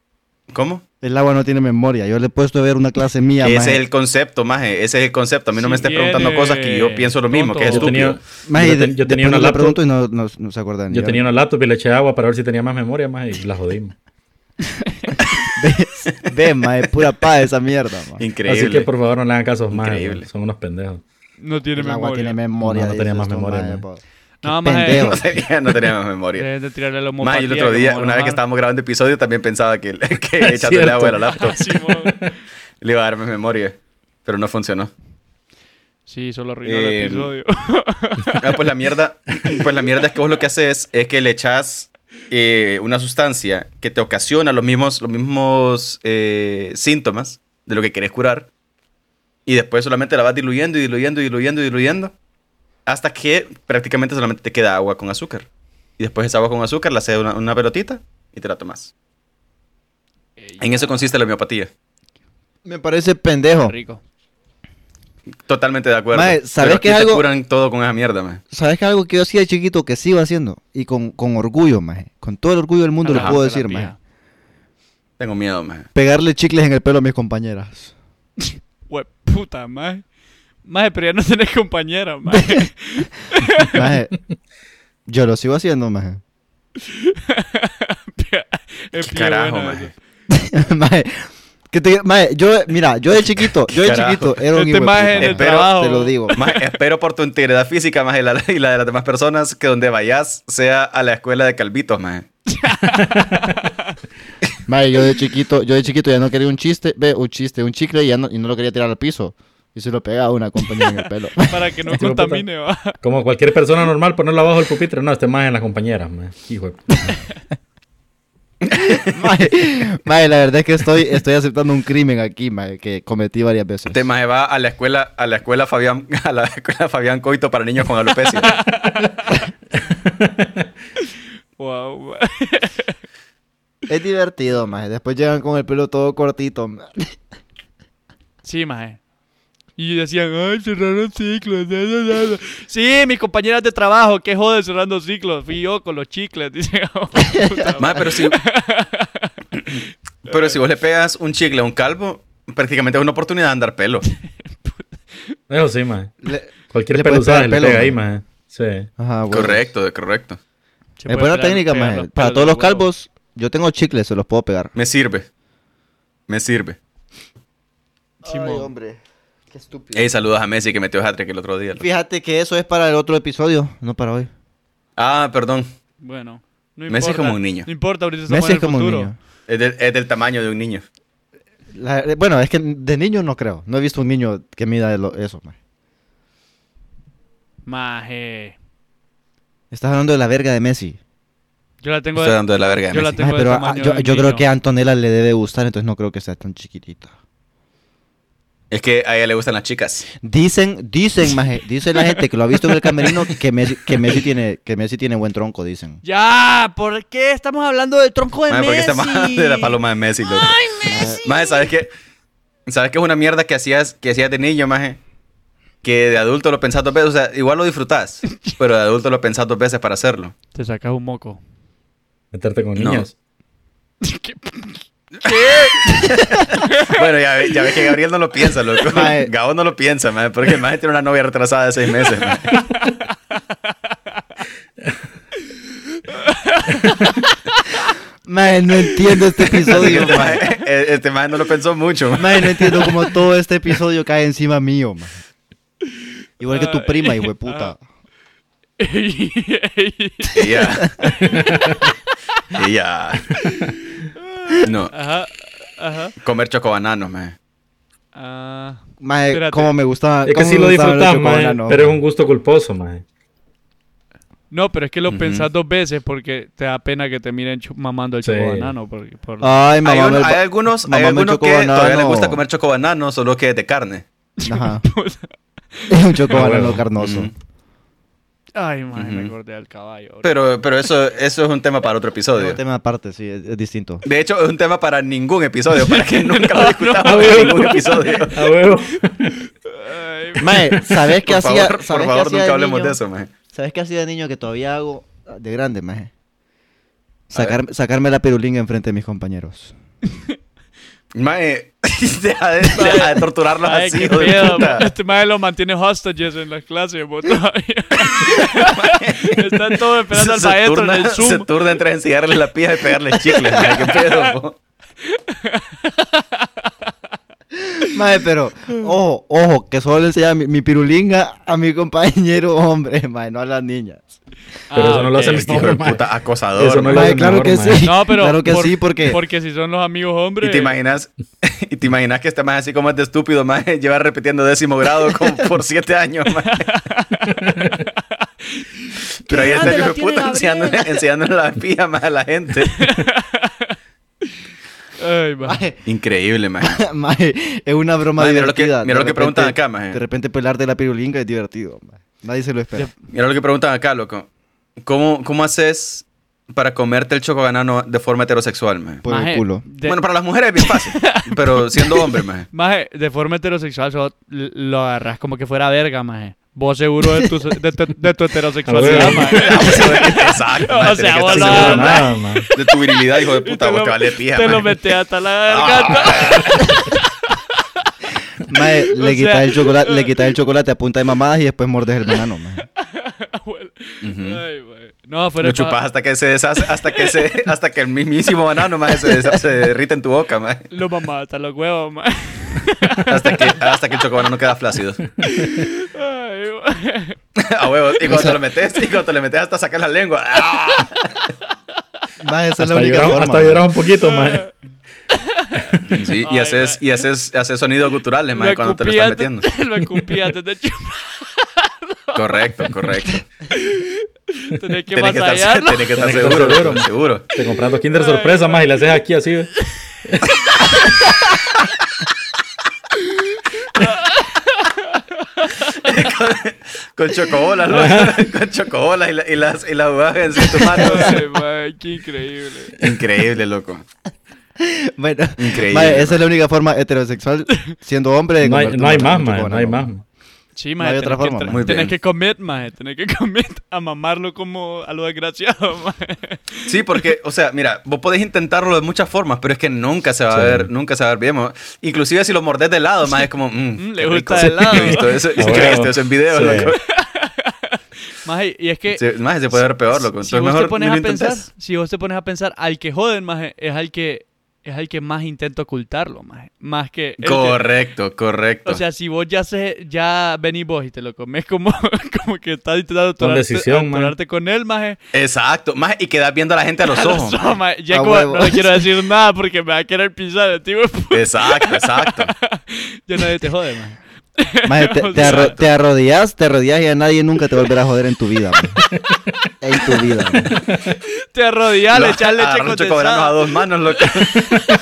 C: ¿Cómo?
A: El agua no tiene memoria. Yo le he puesto a ver una clase mía,
C: ese
A: maje.
C: es el concepto, maje. Ese es el concepto. A mí no
D: Si
C: me estés
D: viene,
C: preguntando cosas que yo pienso lo mismo, que es
D: tonto.
B: Yo
C: estúpido.
B: tenía,
A: Maje,
B: yo,
A: de-
B: ten- yo tenía
A: después
B: una
A: le pregunto
B: laptop,
A: y no, no- no se acuerdan.
B: yo tenía una laptop y le eché agua para ver si tenía más memoria, mae, y la jodí, mae.
A: Ve, ve, maje, pura paz esa mierda, maje.
C: Increíble.
B: Así que por favor no le hagan caso más.
C: Increíble.
B: Son unos pendejos.
D: No tiene
A: El
D: memoria.
A: agua tiene memoria.
B: No, no tenía
A: dices
B: más
A: tú,
B: memoria,
A: maje,
B: man.
A: po.
D: No,
A: Qué
D: maje,
A: pendejo.
C: no, tenía, no teníamos memoria.
D: Dejen de tirarle la homeopatía.
C: Maje, el otro día,
D: como
C: una
D: los
C: vez que
D: mar.
C: estábamos grabando episodio, también pensaba que, que echándole
B: cierto.
C: agua a la laptop
D: Ah, Simón.
C: le iba a darme memoria. Pero no funcionó.
D: Sí, solo arruinó el
C: Eh,
D: episodio.
C: Ah, pues la mierda, pues la mierda es que vos lo que haces es que le echas eh, una sustancia que te ocasiona los mismos, los mismos eh, síntomas de lo que querés curar y después solamente la vas diluyendo y diluyendo y diluyendo y diluyendo hasta que prácticamente solamente te queda agua con azúcar. Y después esa agua con azúcar la haces una, una pelotita y te la tomas. En eso consiste la homeopatía.
A: Me parece pendejo.
D: Rico.
C: Totalmente de acuerdo.
A: Mae, ¿sabes
C: Pero
A: qué
C: aquí
A: es
C: te
A: algo-
C: curan todo con esa mierda, mae.
A: ¿Sabes que algo que yo hacía de chiquito que sigo haciendo? Y con, con orgullo, maje. Con todo el orgullo del mundo
D: Ajá,
A: lo puedo
D: terapia.
A: decir, maje.
C: Tengo miedo, mae.
A: Pegarle chicles en el pelo a mis compañeras.
D: Hue puta, maje. Maje, pero ya no tenés compañera, maje.
A: Maje, eh. yo lo sigo haciendo, eh. maje.
D: Es pie
C: Carajo,
D: buena
C: maje.
D: esa.
A: Maje, eh. que te- maje, yo, mira, yo de chiquito, yo de
C: Carajo.
A: chiquito era un
D: Este
A: hijo de
D: maje en
A: puta,
D: el
A: maje.
D: trabajo.
A: Te lo digo.
C: Más, espero por tu integridad física más y la, y la de las demás personas que donde vayas sea a la escuela de calvitos más.
A: Mae, yo de chiquito, yo de chiquito ya no quería un chiste, ve, un chiste, un chicle y ya no, y no lo quería tirar al piso. Y se lo pegaba a una compañera en el pelo.
D: Para que no
B: Este hijo de puta.
D: contamine, va.
B: Como cualquier persona normal, ponerlo abajo del pupitre. No, este más en las compañeras, mae. Hijo de puta.
A: Mae, mae, la verdad es que estoy, estoy aceptando un crimen aquí, mae, que cometí varias veces.
C: Este más va a la escuela, a la escuela Fabián, a la escuela Fabián Coito para niños con alopecia.
D: Wow, maje.
A: Es divertido, mae. Después llegan con el pelo todo cortito.
D: Sí, maje. Y decían, ay, cerraron ciclos. da, da, da, da". Sí, mis compañeras de trabajo, qué joder cerrando ciclos. Fui yo con los chicles, dice. puta,
C: Más, pero si pero si vos le pegas un chicle a un calvo, prácticamente es una oportunidad de andar pelo.
B: Eso sí, mae.
A: Le-
B: Cualquier
A: Le puedes
B: pelusaje
A: pegar
B: le
A: pelo,
B: pega ahí,
A: mae.
B: mae. Sí.
A: Ajá, bueno.
C: Correcto, correcto.
D: se
A: Es
D: puede
A: buena
D: pegar-
A: Eh, técnica,
D: pegar
A: mae.
D: los
A: Para
D: pelos
A: todos
D: de
A: los
D: huevo.
A: calvos, yo tengo chicles, se los puedo pegar.
C: Me sirve. Me sirve.
D: Simón.
A: hombre. Qué estúpido.
C: Ey, saludos a Messi que metió hat-trick el otro día.
A: Fíjate que eso es para el otro episodio, no para hoy.
C: Ah, perdón.
D: Bueno, no importa.
C: Messi es como un niño.
D: No importa, ahorita estamos
A: Messi
D: en
A: es
D: el
A: como un
D: futuro.
A: niño.
C: Es del, es del tamaño de un niño.
A: La- eh, bueno, es que de niño no creo. No he visto un niño que mida lo- eso, mae.
D: Maje.
A: Estás hablando de la verga de Messi.
D: Yo la tengo
C: Estoy
D: de...
C: dando de la verga. a
D: yo la
C: Messi.
D: Tengo
A: Mae,
D: el
A: pero ah,
D: tamaño
A: yo,
D: del
A: yo creo
D: niño.
A: que a Antonella le debe gustar, entonces no creo que sea tan chiquitita.
C: Es que a ella le gustan las chicas.
A: Dicen, dicen, maje, dice la gente que lo ha visto en el camerino que Messi, que Messi tiene, que Messi tiene buen tronco, dicen.
D: Ya, ¿por qué estamos hablando del tronco de
C: Mae,
D: Messi?
C: porque está más de la paloma de Messi, loco. Mae, ¿sabes qué? ¿Sabes qué es una mierda que hacías, que hacías de niño, maje? Que de adulto lo pensás dos veces. O sea, igual lo disfrutás, pero de adulto lo pensás dos veces para hacerlo.
D: Te sacas un moco.
B: Meterte con
C: No.
B: niñas.
C: Bueno, ya, ve- ya ves que Gabriel no lo piensa, loco.
A: Mae.
C: Gabo no lo piensa, maje, porque el maje tiene una novia retrasada de seis meses, maje.
A: Maje, no entiendo este episodio,
C: Este
A: maje.
C: maje, e- este maje no lo pensó mucho, maje.
A: Maje, no entiendo cómo todo este episodio cae encima mío, maje. Igual que tu prima, hijo de puta.
D: Ah.
C: Y ya. Y ya. No,
D: ajá, ajá.
C: comer chocobananos, maje.
D: Ah,
A: Maje,
D: Espérate.
A: eh, cómo me gustaba.
B: Es que
A: Ah, cómo
B: sí
A: me
B: lo
A: gustaba el
B: disfrutás, mae.
A: chocobanano,
B: Pero es
A: maje.
B: un gusto culposo, mae.
D: No, pero es que lo
C: Ujú.
D: pensás dos veces porque te da pena que te miren chu- mamando el
B: Sí.
D: chocobanano. Porque, por...
A: Ay,
C: Hay,
A: mamá.
C: un-
A: me-
C: hay algunos,
A: mamá
C: hay
A: me
C: algunos que
A: chocobanano.
C: todavía les gusta comer chocobananos, solo que de carne.
A: Ajá. Es un chocobanano
B: Ah, bueno.
A: carnoso.
C: Ujú.
D: Ay, madre, me
C: Ujú.
D: acordé del caballo. ahorita.
C: Pero, pero eso, eso es un tema para otro
A: Es
C: episodio.
A: un tema aparte, sí, es, es distinto.
C: De hecho, es un tema para ningún episodio, para que nunca lo discutamos
B: no.
C: en ningún episodio.
B: A huevo.
D: Ay,
A: Mae, ¿sabes qué
C: Por
A: hacía?
C: favor,
A: ¿sabes
C: por
A: qué
C: favor
A: hacía
C: nunca
A: de
C: hablemos
A: niño?
C: de eso, man.
A: ¿Sabes qué hacía de niño que todavía hago de grande, maje? Sacar- sacarme la pirulinga enfrente de mis compañeros.
C: Mae, deja de, deja de torturarlos
D: Ay,
C: así,
D: qué
C: hijo de
D: pedo.
C: puta.
D: Este madre lo mantiene hostages en las clases, vos todavía. Están todos esperando al
C: Se
D: maestro
C: turna-
D: en el
C: Se
D: Zoom.
C: turna entre enseñarles la pija y pegarles chicles, mae, qué pedo, po.
A: Mae, pero, ojo, ojo, que solo le enseñaba mi, mi pirulinga a mi compañero hombre, mae, no a las niñas.
B: Pero eso no lo
D: Ah, ok.
B: hace el
C: Hijo de
B: mae.
C: puta acosador.
B: Eso no
C: mae.
B: lo-
A: Mae,
B: es
A: claro
B: mejor,
A: que
B: mae.
A: sí.
D: No, pero
A: Claro que
D: por-
A: sí, porque.
D: Porque si son los amigos hombres.
C: Y te imaginas, y te imaginas que este más así como es de estúpido, más lleva repitiendo décimo grado como por siete años, mae. Pero ahí está el hijo de puta enseñándole, enseñándole la pija más a la gente.
D: Ay, ma.
A: Mae,
C: Increíble, man.
A: mae, es una broma
C: Mae, mira lo que-
A: divertida. De
C: mira lo que
A: repente-
C: preguntan acá, mae.
A: De repente pelarte la pirulinga es divertido, mae. Nadie se lo espera.
C: Mira lo que preguntan acá, loco. ¿Cómo, cómo haces para comerte el choco ganano de forma heterosexual, man?
A: Por
D: Maje,
A: el culo.
D: de-
C: Pues, Bueno, para las mujeres es bien fácil, pero siendo hombre, man.
D: Maje, de forma heterosexual solo l- lo agarras como que fuera verga, maje. Vos seguro de tu, de tu, de tu heterosexualidad,
B: Sí.
D: maje.
C: Exacto, mae,
D: O sea,
C: tenés que
D: vos
C: estar
D: no-
C: seguro
B: No,
C: de nada.
B: nada, mae.
C: De tu virilidad, hijo de puta,
D: te
C: vos
D: lo-
C: te vale pija,
D: Te lo
C: man.
D: metí hasta la
C: Ah.
D: garganta.
A: Mae,
D: O
A: le
D: sea-
A: quitas el chocolate, le quitas el chocolate a punta de mamadas y después mordes el banano, mae.
D: Abuelo.
C: Ujú.
D: Ay, güey. No, fuera
C: Lo
D: de
C: chupas
D: paja.
C: hasta que se deshace, hasta que se, hasta que el mismísimo banano más se, desha- se derrite en tu boca, más.
D: Lo mamá hasta los huevos, maje.
C: Hasta que, hasta que el chocobanano queda flácido.
D: Ay, güey.
C: A huevo. Y cuando te lo metes, y cuando te lo metes hasta sacar la lengua. ¡Ah!
A: Mae, esa es la
B: Hasta
A: única
B: lloraba-
A: forma.
B: hasta
A: mae.
B: lloraba un poquito, mae.
C: Sí,
D: Ay,
C: y haces, y haces, haces sonidos guturales, man,
D: Lo
C: eh, cuando te lo
D: escupí
C: estás
D: antes-
C: metiendo.
D: Lo escupí antes de chupar.
C: Correcto, correcto.
D: Tenés que
C: Tienes que estar,
D: batallarlo.
C: tenés que
B: Tenés
C: estar
B: que estar
C: seguro,
B: seguro,
C: seguro.
B: man. Te compras dos Kinder sorpresa, más y le haces aquí así. ve.
C: Con chocobolas, loco. Con chocobolas y, la- y las, y las uvas en sus tomates.
D: Ay, maje, qué increíble.
C: Increíble, loco.
A: Bueno,
C: Increíble,
A: mae,
C: mae.
A: esa es la única forma heterosexual siendo hombre de
B: No hay,
A: convertirte
B: no hay
A: en
B: más,
A: un
B: mae, no hay
A: chocobanano,
B: más.
A: mae.
B: mae.
D: Sí,
A: No
D: maje,
A: hay otra
D: tenés
A: forma,
D: que, tra-
A: maje.
C: Muy
D: tenés
C: bien.
D: que comer, maje. Tenés que comer a mamarlo como a lo desgraciado, maje.
C: Sí, porque, o sea, mira, vos podés intentarlo de muchas formas, pero es que nunca se va a
B: Sí.
C: ver, nunca se va a ver bien. mo- Inclusive si lo mordés de lado, más es como, mm,
D: Mm, le
C: qué
D: gusta
C: rico.
D: de lado.
C: Yo he visto eso,
B: Ah,
C: yo he
B: bueno.
C: visto eso en videos,
B: Sí.
C: loco.
D: Maje, y es que
C: Sí, más se puede ver peor, loco.
D: si
C: Entonces
D: vos
C: mejor
D: te pones
C: ni
D: a
C: lo intentás.
D: pensar, si vos te pones a pensar, al que joden maje, es al que es al que más intenta ocultarlo, maje. Más que el que-
C: Correcto, correcto.
D: o sea, si vos ya se, ya venís vos y te lo comes como, como que estás intentando atorarte,
B: decisión, maje.
D: atorarte con él, maje.
C: Exacto. Más y quedas viendo a la gente a los
D: a los
C: ojos.
D: ojos, maje, Ya
A: A
D: como,
A: huevo.
D: no le quiero decir nada porque me va a querer pisar, el tío.
C: mae. Exacto, exacto.
D: Ya nadie te jode, maje.
A: Mae, te, te arro- te arrodillas, te arrodillas y a nadie nunca te volverá a joder en tu vida, mae. En tu vida, mae.
D: Te arrodillas, le
C: Lo-
D: echas leche
C: agarrar un chocobananos a
D: condensada.
C: dos manos, loco.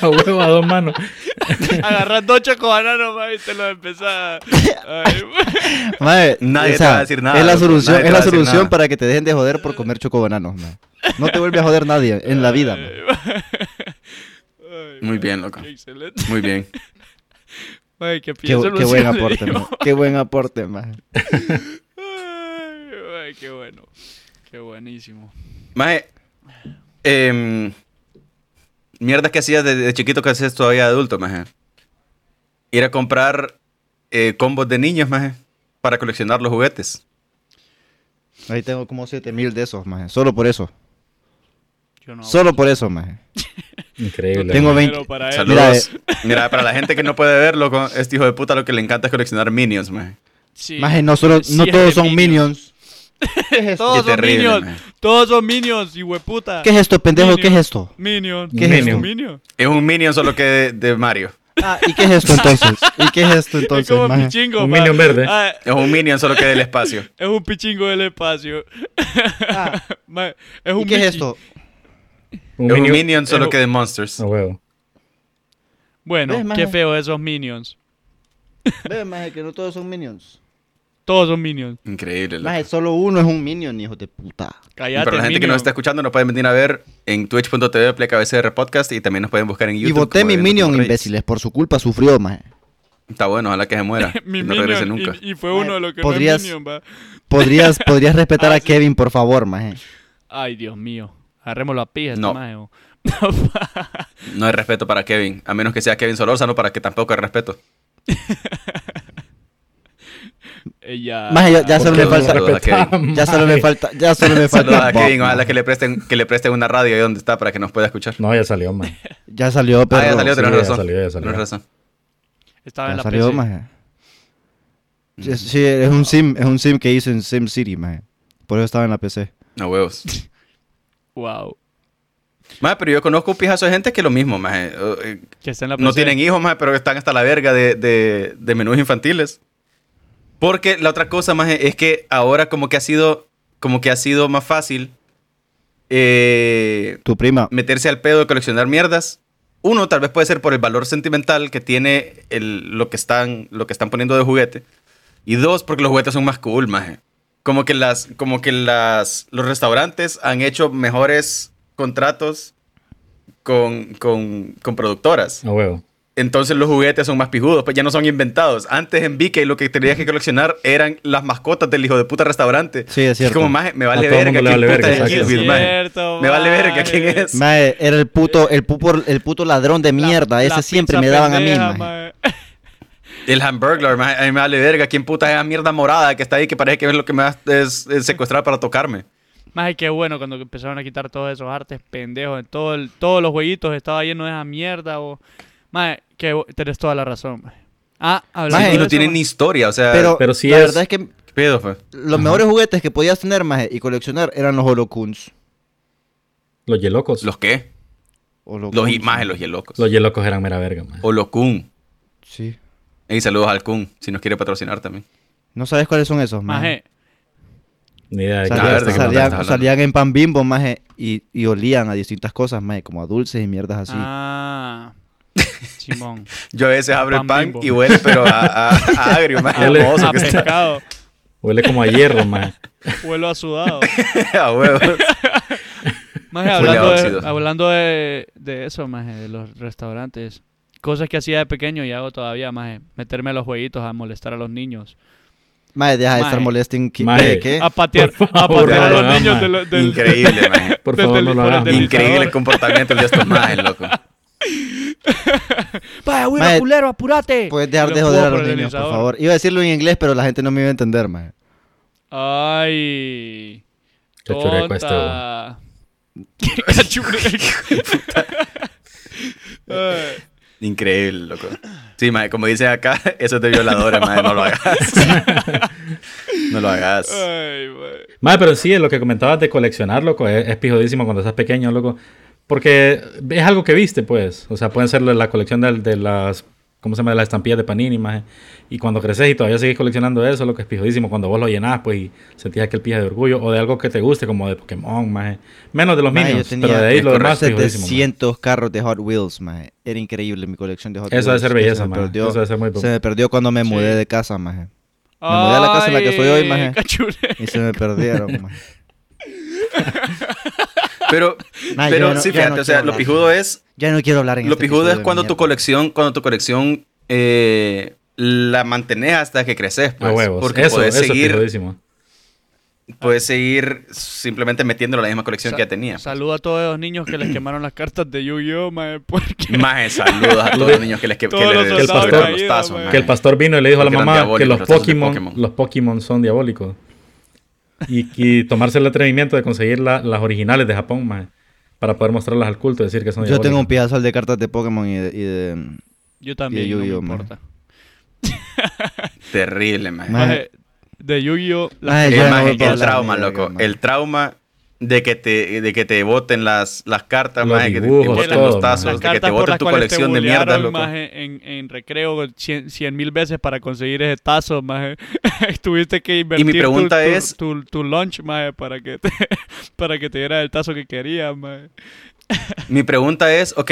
B: A huevo, a dos manos.
D: Agarras dos chocobananos, maje, y te los empezás. Ay, maje.
A: Mae,
C: Nadie te va a decir nada,
A: Es la
C: loco,
A: solución,
C: nadie te
A: es la
C: va a decir
A: solución
C: nada.
A: para que te dejen de joder por comer chocobananos, mae. No te vuelve a joder nadie en la vida, mae.
D: Ay,
C: Muy
D: maje,
C: bien, loco.
D: qué Excelente.
C: Muy bien.
D: Ay, qué,
A: Qué,
D: pienso
A: bu- qué buen
D: Luciano,
A: aporte,
D: digo.
A: mae. Qué buen aporte, mae.
D: Ay, ay, qué bueno. Qué buenísimo.
C: Maje, em, mierdas que hacías de, de chiquito que haces todavía de adulto, maje. Ir a comprar eh, combos de niños, maje, para coleccionar los juguetes.
A: Ahí tengo como 7000 de esos, mae. Solo por eso.
D: Yo no.
C: pues,
A: Solo por eso, mae.
B: Increíble.
A: Tengo
B: mae.
A: 20.
D: para él.
A: Salud. Mira, eh.
C: Saludos. Mira, para la gente que no puede verlo, con este hijo de puta lo que le encanta es coleccionar minions, maje.
D: Sí.
A: Maje, no, solo,
D: Sí
A: no
D: es
A: todos
D: de
A: son minions.
C: Qué
D: Todos son
C: terrible,
D: minions.
C: man.
D: Todos son minions, hueputa.
A: ¿Qué es esto, pendejo? ¿Qué es esto?
D: Minion.
A: ¿Qué es
D: Minion.
A: esto?
D: Minion.
C: Es un minion solo que de, de Mario.
A: Ah, ¿y qué es esto entonces? ¿Y qué es esto
D: Es
A: entonces,
D: como
A: maje?
D: pichingo.
B: Un
D: pa.
B: minion verde.
D: Ah,
C: Es un minion solo que del espacio.
D: es un pichingo del espacio.
A: Ah,
D: Ma, es un
A: ¿Y qué es
D: Mickey.
A: esto?
B: Un
C: Es un
B: minion.
C: minion solo
D: es-
C: que de monsters.
B: A huevo.
D: Bueno,
A: Ves,
D: qué
A: maje.
D: feo esos minions.
A: Ve, maje, que no todos son minions.
D: Todos son minions.
C: Increíble. loco.
A: Maje, solo uno es un minion, hijo de puta.
D: Cállate,
C: Pero la gente que
D: minion.
C: nos está escuchando nos pueden venir a ver en twitch.tv, play KBCR Podcast y también nos pueden buscar en YouTube.
A: y voté
C: como
A: mi
C: Bebiendo
A: minion,
C: con Reyes.
A: imbéciles. Por su culpa sufrió, maje.
C: Está bueno, ojalá que se muera.
D: Mi
C: que no regrese
D: minion,
C: nunca.
D: Y, y fue
A: Ma,
D: uno de los que
A: podrías-
D: no es minion, va.
A: Podrías, podrías respetar
D: Ah,
A: a
D: sí.
A: Kevin, por favor, maje.
D: Ay, Dios mío. Agarrémoslo a pija,
C: No.
D: este maje, o- No, pa.
C: No hay respeto para Kevin, a menos que sea Kevin Solórzano, para que tampoco hay respeto.
D: Ella.
A: Maje, ya, ya
B: ¿Por
A: solo
B: qué
A: le
B: no
A: falta.
C: lo respetaba,
A: Ya solo le
B: mae?
A: falta. Ya solo le
C: Saludos
A: falta.
C: a
A: Bob,
C: Kevin, ojalá
A: maje.
C: que le presten, que le presten una radio ahí donde está para que nos pueda escuchar.
B: No, ya salió, man.
A: Ya salió, pero.
C: ah, ya salió,
B: sí,
C: tenés
B: ya
C: razón.
B: salió, ya salió.
C: Tenés razón.
D: Estaba
A: Ya
D: en Ah, la
A: salió,
D: PC.
A: maje. Sí, sí, es un sim, es un sim que hice en Sim City, maje. Por eso estaba en la PC.
C: No huevos.
D: Wow.
C: Maje, pero yo conozco un pijazo de gente que lo mismo, maje. Eh,
D: Que está en la
C: No
D: PC.
C: tienen hijos, maje, pero están hasta la verga de, de- de menús infantiles. Porque la otra cosa, maje, es que ahora como que ha sido, como que ha sido más fácil eh,
A: Tu prima.
C: meterse al pedo de coleccionar mierdas. Uno, tal vez puede ser por el valor sentimental que tiene el- lo, que están, lo que están poniendo de juguete. Y dos, porque los juguetes son más cool, maje. Como que, las, como que las, los restaurantes han hecho mejores contratos con, con- con productoras.
B: A huevo.
C: Entonces los juguetes son más pijudos, pues ya no son inventados. Antes en VK lo que tenías que coleccionar eran las mascotas del hijo de puta restaurante.
A: Sí, es
C: Es
A: cierto.
C: como, maje, me vale
B: A todo
C: verga
B: mundo le
C: quién
B: vale verga,
C: puta es
B: exacto.
C: Killville, maje.
D: Cierto,
C: Me vale verga
D: maje.
C: quién es.
A: Mae, era el puto, el puto, el puto ladrón de
D: La-
A: mierda.
D: la
A: Ese siempre me
D: pizza
A: daban
D: pendeja,
A: a mí, maje.
D: maje.
C: El Hamburglar, maje, a mí me vale verga. ¿Quién puta es esa mierda morada que está ahí que parece que es lo que me va a es- es secuestrar para tocarme?
D: Maje, qué bueno cuando empezaron a quitar todos esos artes pendejos. En todo el- todos los jueguitos estaba lleno de esa mierda. O... Maje, que tenés toda la razón. Maje. Ah, hablando
A: Maje,
D: de
C: y no
D: eso,
C: tienen
D: maje.
C: ni historia, o sea,
A: Pero,
B: pero sí
A: la
B: es-
A: verdad es que
C: ¿qué pedo, pues? fue?
A: los mejores juguetes que podías tener, maje, y coleccionar eran los Holocuns.
B: Los Yelocos. Los,
C: ¿Los qué? Los
A: Holocuns.
C: imágenes, los hielocos.
B: Yelocos eran mera verga, man.
C: O los Kun.
A: Sí.
C: Y saludos al Kun, si nos quiere patrocinar también.
A: No sabes cuáles son esos, maje.
D: Maje,
B: Ni idea de qué
A: Salían,
C: de qué
A: salían-
C: puta estás hablando.
A: salían en pan bimbo, maje, y, y olían a distintas cosas, maje, como a dulces y mierdas así.
D: Ah, Simón.
C: Yo a veces abro el
D: Pan
C: pan
D: Bimbo.
C: y huele, pero a, a- a agrio, más
B: Huele-
C: hermoso
D: a
C: que está.
D: pescado.
B: Huele como a hierro, man.
D: Huelo a sudado.
C: A huevo.
D: Maje,
C: Huele a
D: hablando, de,
C: óxido.
D: hablando de, de eso, maje, de los restaurantes. Cosas que hacía de pequeño y hago todavía, maje. Meterme a los jueguitos a molestar a los niños.
A: Maje, deja de
D: Maje. Ah,
A: estar molesting. ¿Qué?
B: Maje.
A: ¿qué?
D: A patear,
B: Por
D: a,
B: favor,
D: patear a
C: no
D: los
C: lo
B: hagas,
D: niños
B: maje.
D: de lo- del-
C: Increíble, man.
B: Por
D: Del
B: favor, no lo
D: deli- por el
B: hagas.
D: deli-
B: man.
C: Increíble el comportamiento de estos majes, loco.
D: Vaya, güey,
A: Maje,
D: culero, apúrate.
A: Puedes dejar
D: Y
A: de
D: lo
A: joder a
D: puedo
A: los
D: poner
A: niños, por
D: en el
A: favor. Iba a decirlo en inglés, pero la gente no me iba a entender, maje.
D: Ay.
B: Chochoreco este,
D: tonta. Cachureco. Ay.
C: Increíble, loco. Sí, maje, como dicen acá, eso es de violadora, maje, no lo hagas. No lo hagas.
D: Ay, güey.
B: Madre, pero sí, lo que comentabas de coleccionar, loco, es, es pijodísimo cuando estás pequeño, loco. Porque es algo que viste, pues. O sea, pueden ser la colección de, de las. ¿Cómo se llama? De las estampillas de Panini, maje. Y cuando creces y todavía sigues coleccionando eso, lo que es pijodísimo. Cuando vos lo llenás, pues, y sentís aquel pija de orgullo. O de algo que te guste, como de Pokémon, maje. Menos de los
A: Maje,
B: Minions,
A: yo tenía-
B: pero de ahí
C: es
B: lo demás es
A: Set de
B: pijodísimo. maje.
A: 100 carros de Hot Wheels, maje. Era increíble mi colección de Hot Wheels.
B: Eso debe ser belleza,
A: se me
B: maje.
A: perdió-
B: Eso debe ser muy
A: Se me perdió cuando me
D: Sí.
A: mudé de casa, maje. Me mudé a la casa en la que soy hoy,
D: Ay,
A: maje.
D: cachureco.
A: Y se me perdieron, maje.
C: Pero,
A: Nah,
C: pero
A: yo no-
C: sí,
A: yo
C: fíjate,
A: no
C: o sea,
A: quiero
C: lo
A: hablar.
C: pijudo es,
A: Ya no quiero hablar en
C: lo
A: este
C: pijudo
A: episodio
C: es
A: de
C: cuando tu
A: mierda.
C: colección, cuando tu colección eh, la mantenés hasta que creces, pues.
B: A huevos.
C: Porque
B: eso,
C: puedes
B: eso es
C: seguir,
B: pijodísimo.
C: puedes seguir simplemente metiéndolo en la misma colección
D: Sa-
C: que pues. ya tenías.
D: Saludo a todos los niños que les quemaron las cartas de Yu-Gi-Oh, maje, porque
C: Maje, saludos a todos los niños que les que, que
D: Todos
C: le-
D: los
C: le
B: soldados
C: pegaron
B: caídos,
C: los tazos,
D: maje.
B: Que el
C: maje.
B: pastor vino y le dijo a la
C: Porque eran
B: mamá que
C: diabólicos
B: los
C: los tazos de
B: Pokémon,
C: Pokémon.
B: los Pokémon son diabólicos. Y, y tomarse el atrevimiento de conseguir la- las originales de Japón, maje, para poder mostrarlas al culto y decir que son
A: Yo
B: diabólicas.
A: tengo un piezal de cartas de Pokémon y de... y de-
D: yo también, no me
A: Yu-Gi-Oh, maje.
D: importa.
C: Terrible, maje.
A: Maje,
D: Maje, de Yu-Gi-Oh, la-
A: Maje,
C: Eh,
A: ya no
C: maje,
A: voy a hablar
C: el
A: de
C: trauma,
A: mierda,
C: loco.
A: maje.
C: El trauma de que te, de que te boten las, las cartas,
B: Los
C: maje, que te, te
B: dibujos,
C: boten
D: todo,
C: los
B: maje.
C: tazos, de que
D: las
C: te
D: cartas por
C: boten
D: las
C: tu
D: cuales te
C: colección de mierda,
D: bullearon,
C: loco.
D: maje, en, en recreo cien cien mil veces para conseguir ese tazo, maje. Tuviste que invertir tu-
C: pregunta
D: tu,
C: es-
D: tu, tu lunch, maje, para que te, para que te diera el tazo que querías, maje.
C: Mi pregunta es, ok,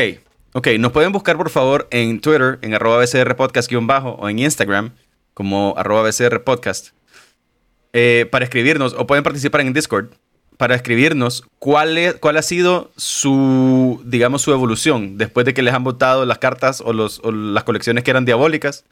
C: ok, nos pueden buscar por favor en Twitter, en arroba BCR Podcast guión bajo o en Instagram como arroba BCR Podcast eh, para escribirnos o pueden participar en Discord para escribirnos cuál, es, cuál ha sido su, digamos, su evolución después de que les han votado las cartas o, los, o las colecciones que eran diabólicas.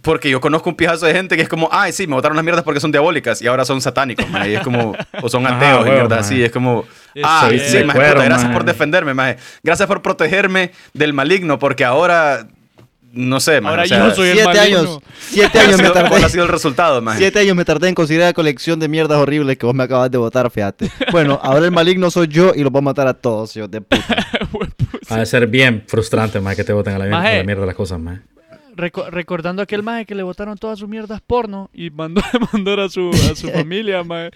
C: Porque yo conozco un pijazo de gente que es como, ay, sí, me votaron las mierdas porque son diabólicas y ahora son satánicos, maje", y es como, o son
B: Ajá,
C: ateos y
B: huevo,
C: mierdas
B: maje.
C: así, es como, ah,
D: Soy
C: sí,
D: de
C: maje,
B: cuero,
C: puta, gracias
B: maje.
C: por defenderme, maje. Gracias por protegerme del maligno porque ahora, no sé, maje,
D: Ahora
C: o sea,
D: yo soy el
A: Siete
D: maligno.
A: años. Siete años me
C: ¿Cuál ha
A: tardé.
C: sido el resultado, maje?
A: Siete años me tardé en conseguir la colección de mierdas horribles que vos me acabas de botar, fíjate. Bueno, ahora el maligno soy yo y los voy a matar a todos, hijos de puta.
D: Hueputa.
B: Ha de ser bien frustrante, maje, que te boten a la, mier-
D: Maje.
B: a la mierda las cosas, maje.
D: Reco- recordando a aquel maje que le botaron todas sus mierdas porno y mandó a mandar a su, a su familia, maje.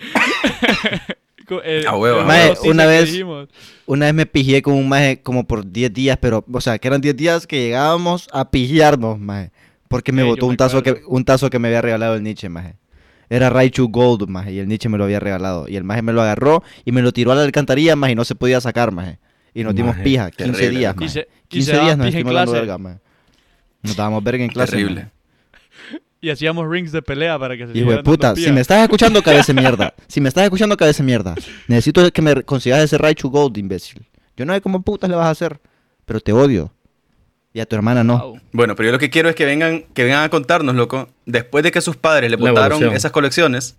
D: Co- eh,
C: A huevo,
D: la
C: a
A: Maje,
D: noticia
A: una
D: que
A: vez-
D: dijimos.
A: Una vez me pijé con un maje como por 10 días, pero, o sea, que eran 10 días que llegábamos a pijearnos, maje. Porque me
D: Eh, yo
A: botó
D: me
A: un tazo,
D: acuerdo.
A: que, un tazo que me había regalado el Nietzsche, maje. Era Raichu Gold, maje, y el Nietzsche me lo había regalado. Y el maje me lo agarró y me lo tiró a la alcantarilla, maje, y no se podía sacar, maje. Y nos dimos
B: Maje,
A: pija, 15
C: terrible,
A: días,
D: Y
A: maje.
D: se, y
A: 15
D: se daban
A: días nos
D: ah, pija en
A: estuvimos dando
D: clase.
A: verga, maje. Nos dábamos verga en clase.
C: Terrible.
A: maje.
D: Y hacíamos rings de pelea para que
A: Hijo
D: se
A: de
D: siguieran dando
A: puta,
D: pija.
A: si me estás escuchando, cabeza de mierda. Si me estás escuchando, cabeza de mierda. Necesito que me consigas ese Raichu Gold, imbécil. Yo no sé cómo putas le vas a hacer, pero te odio. Y a tu hermana no.
D: Au.
C: Bueno, pero yo lo que quiero es que vengan, que vengan a contarnos, loco, después de que sus padres le
B: La
C: botaron
B: evolución.
C: esas colecciones,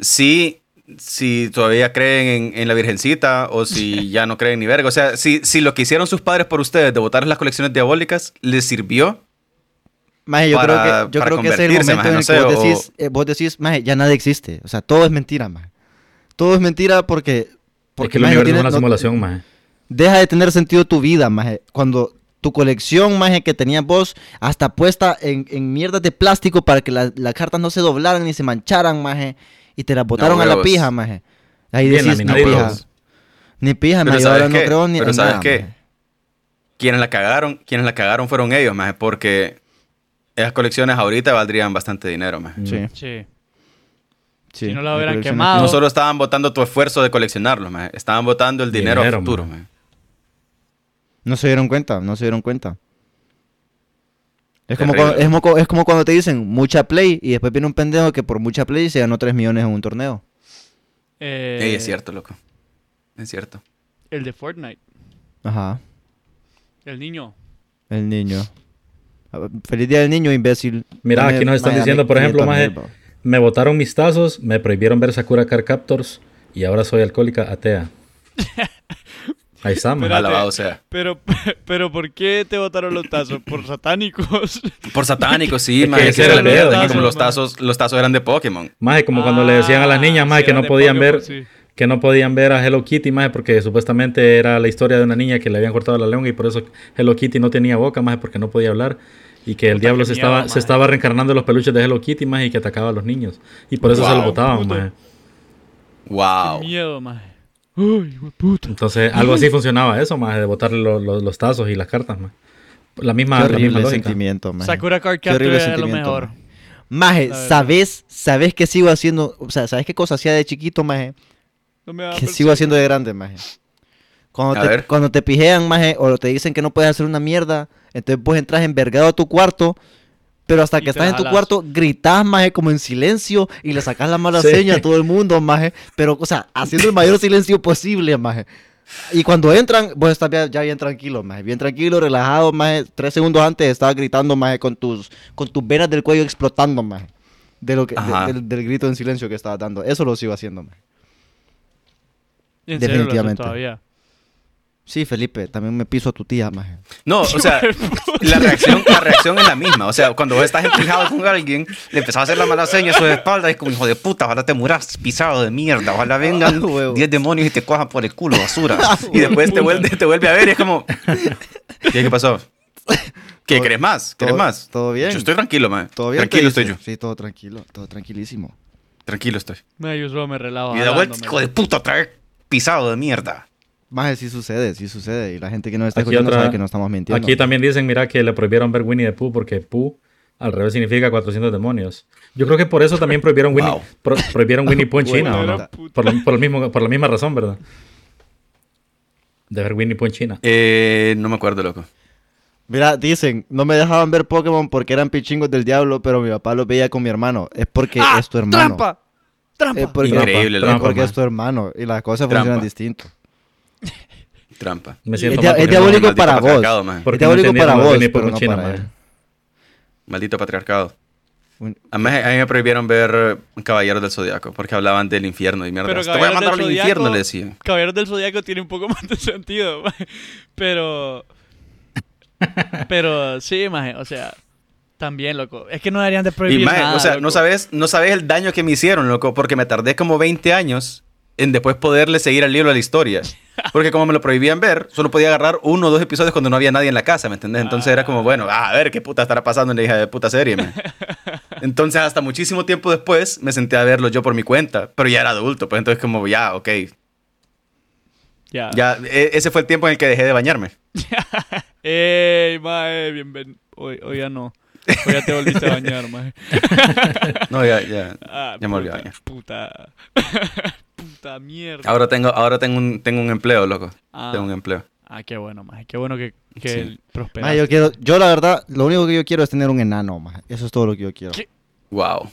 C: si, si todavía creen en, en la Virgencita o si ya no creen ni verga. O sea, si, si lo que hicieron sus padres por ustedes de botar las colecciones diabólicas les sirvió.
A: Maje, yo
C: Para-
A: creo que, yo
C: para
A: creo que ese es el
C: convertirse,
A: momento en
C: maje,
A: el
C: no
A: que
C: sé,
A: vos
C: o-
A: decís, eh, vos decís, maje, ya nada existe. O sea, todo es mentira, maje. Todo es mentira porque... porque
B: Porque el
A: maje, no
B: universo es
A: tiene-
B: una
A: no-
B: simulación, maje.
A: Deja de tener sentido tu vida, maje. Cuando tu colección, maje, que tenías vos, hasta puesta en, en mierdas de plástico para que la- las cartas no se doblaran ni se mancharan, maje. Y te las botaron a la
C: huevos.
A: pija, maje. Ahí
B: Bien
A: decís, ni
B: laminaditos.
A: pija. Ni pija,
C: Pero
A: maje. Yo
C: ¿sabes
A: ahora no
C: qué?
A: creo ni
C: Pero
A: en
C: ¿sabes
A: nada,
C: qué?
A: maje.
C: Quienes la cagaron, quienes la cagaron fueron ellos, más porque esas colecciones ahorita valdrían bastante dinero, más.
A: Sí,
D: Sí.
A: sí.
D: Mm. Si no la hubieran
A: coleccionaste.
D: quemado.
C: No solo estaban votando tu esfuerzo de coleccionarlos, maje, estaban votando el dinero,
B: Dinero,
C: a futuro,
B: maje.
C: maje.
A: No se dieron cuenta, no se dieron cuenta. Es como,
C: Terrible.
A: cuando, es, moco- es como cuando te dicen mucha play y después viene un pendejo que por mucha play se ganó 3 millones en un torneo.
D: Eh,
C: Ey, es cierto, loco. Es cierto.
D: El de Fortnite.
A: Ajá,
D: El niño.
A: el niño. A ver, Feliz día del niño, imbécil.
B: Mira,
A: Dame
B: aquí nos están
A: Miami
B: diciendo, por ejemplo,
A: 500
B: maje,
A: mil, bro.
B: me botaron mis tazos, me prohibieron ver Sakura Car Captors y ahora soy alcohólica atea. Ahí está, maje.
D: Espérate.
C: Alabado sea.
D: Pero, pero ¿por qué te botaron los tazos? Por satánicos.
C: Por satánico, sí,
B: Es
C: maje,
B: que
C: que
B: ese
C: era
B: era
C: la
B: el
C: mierda,
B: pedo,
C: aquí como
D: maje.
C: los tazos, los tazos eran de Pokémon.
B: Maje, como cuando le decían a las niñas,
D: Ah,
B: maje,
D: sí,
B: que no
D: eran de
B: podían ver,
D: Pokémon, sí.
B: que no podían ver a Hello Kitty, maje, porque supuestamente era la historia de una niña que le habían cortado la lengua y por eso Hello Kitty no tenía boca, maje, porque no podía hablar. Y que el
D: Puta,
B: diablo
D: qué
B: se,
D: miedo,
B: estaba,
D: maje.
B: se estaba reencarnando en los peluches de Hello Kitty, maje, y que atacaba a los niños. Y por eso se
C: Wow,
B: lo botaban,
D: puto.
B: maje.
C: Wow.
D: Qué miedo, maje. Uy, hijo de puta.
B: Entonces, algo así funcionaba eso, maje, de botarle lo- lo- los tazos y las cartas, maje. La misma,
A: Qué
B: la misma
A: horrible
B: lógica.
A: sentimiento, maje.
D: Sakura Card
A: Qué horrible
D: Capture era lo
A: sentimiento,
D: mejor.
A: maje. Maje,
D: La verdad.
A: ¿sabes, ¿sabes qué sigo haciendo? O sea, ¿sabes qué cosa hacía de chiquito, maje?
D: No me daba
A: que
D: perso-
A: sigo haciendo de grande, maje. Cuando
C: A
A: te,
C: ver.
A: cuando te pijean, maje, o te dicen que no puedes hacer una mierda, entonces vos entras envergado a tu cuarto, pero hasta
D: Y
A: que
D: te
A: estás
D: la
A: en tu
D: jalás.
A: cuarto, gritás, maje, como en silencio y le sacas la mala
B: Sí.
A: seña a todo el mundo, maje. Pero, o sea, haciendo el mayor silencio posible, maje. Y cuando entran, vos estás ya, ya bien tranquilo, maje. Bien tranquilo, relajado, maje. Tres segundos antes estabas gritando, maje, con tus, con tus venas del cuello explotando, maje. De lo que, de-
C: Ajá.
A: del, del grito en silencio que estabas dando. Eso lo sigo haciendo, maje.
D: En serio, lo haces
A: Definitivamente.
D: todavía.
A: Sí, Felipe, también me piso a tu tía, maje.
C: No, o sea, la reacción, la reacción es la misma. O sea, cuando vos estás empijado con alguien, le empezás a hacer la mala seña a su espalda y es como, hijo de puta, ojalá te muras pisado de mierda, ojalá vengan
A: Ah, huevo.
C: 10 demonios y te cojan por el culo, basura. Y después te vuelve, te vuelve a ver y es como, ¿qué, qué pasó? ¿Qué,
A: Todo-
C: querés más? ¿Querés
A: todo-
C: más?
A: todo bien.
C: Yo estoy tranquilo, man.
A: ¿Todo bien?
C: Tranquilo
A: te
C: estoy
A: dice?
C: yo.
A: Sí, todo tranquilo, todo tranquilísimo.
C: Tranquilo estoy.
D: Maje, yo solo me relajo.
C: Y de vuelta,
D: jalándome.
C: hijo de puta, otra vez pisado de mierda.
A: Maje, sí sucede, sí sucede. Y la gente que nos está
B: Aquí
A: escuchando
B: otra-
A: sabe que no estamos mintiendo.
B: Aquí también dicen, mira, que le prohibieron ver Winnie the Pooh porque Pooh al revés significa 400 demonios. Yo creo que por eso también prohibieron Winnie,
C: Wow.
B: pro- prohibieron Winnie Pooh en
A: Bueno,
B: China, ¿o no?
A: era
D: puta.
B: Por, lo- por, el mismo, por la misma razón, ¿verdad? De ver Winnie Pooh en China.
C: Eh, no me acuerdo, loco.
A: Mira, dicen, no me dejaban ver Pokémon porque eran pichingos del diablo, pero mi papá los veía con mi hermano. Es porque
D: ¡Ah!
A: es tu hermano.
D: ¡Trampa! ¡Trampa!
A: Es porque,
C: Increíble,
A: es
B: loco.
A: porque
B: Trampa,
A: es tu hermano. Y las cosas
C: Trampa.
A: funcionan distinto.
C: Trampa.
B: Me siento
A: es dia-
B: mal
A: es
B: porque
A: diabólico
B: no-
C: Maldito
A: para vos.
C: patriarcado, maje.
B: porque
A: es diabólico
B: entendieron
A: para
B: lo de
A: vos,
B: Winnie the Pooh
A: pero
B: en
A: no para
B: maje.
A: él.
C: Maldito patriarcado.
A: Un-
C: A mí, a mí me prohibieron ver eh, Caballeros del Zodiaco porque hablaban del infierno y mierda.
D: Pero
C: Te voy a
D: Caballeros
C: mandar al
D: del Zodiaco-
C: infierno, le decían.
D: Caballeros del Zodíaco tiene un poco más de sentido, maje. pero... Pero sí, maje, o sea, también, loco. Es que no deberían de
C: Y
D: prohibir
C: maje,
D: nada,
C: o sea,
D: loco.
C: no sabes, no sabes el daño que me hicieron, loco, porque me tardé como 20 años en después poderle seguir al libro de la historia. Porque como me lo prohibían ver, solo podía agarrar uno o dos episodios cuando no había nadie en la casa, ¿me entendés? Entonces era como, bueno, a ver qué puta estará pasando en la hija de puta serie, man. Entonces hasta muchísimo tiempo después me senté a verlo yo por mi cuenta, pero ya era adulto, pues entonces como, ya, ok.
D: Ya.
C: Ya, e- ese fue el tiempo en el que dejé de bañarme.
D: ¡Ey, mae! Bienvenido. Hoy, hoy ya no. Hoy ya te volviste a bañar, mae.
C: No, ya, ya.
D: Ah,
C: Ya me volví a
D: puta,
C: bañar.
D: Puta. puta mierda.
C: Ahora tengo, ahora tengo un, tengo un empleo, loco.
D: Ah.
C: Tengo un empleo.
D: Ah, qué bueno, mae. Qué bueno que, que
C: Sí.
D: el prospera.
A: Maje, yo quiero, yo la verdad, lo único que yo quiero es tener un enano, maje. Eso es todo lo que yo quiero.
D: ¿Qué?
C: Wow.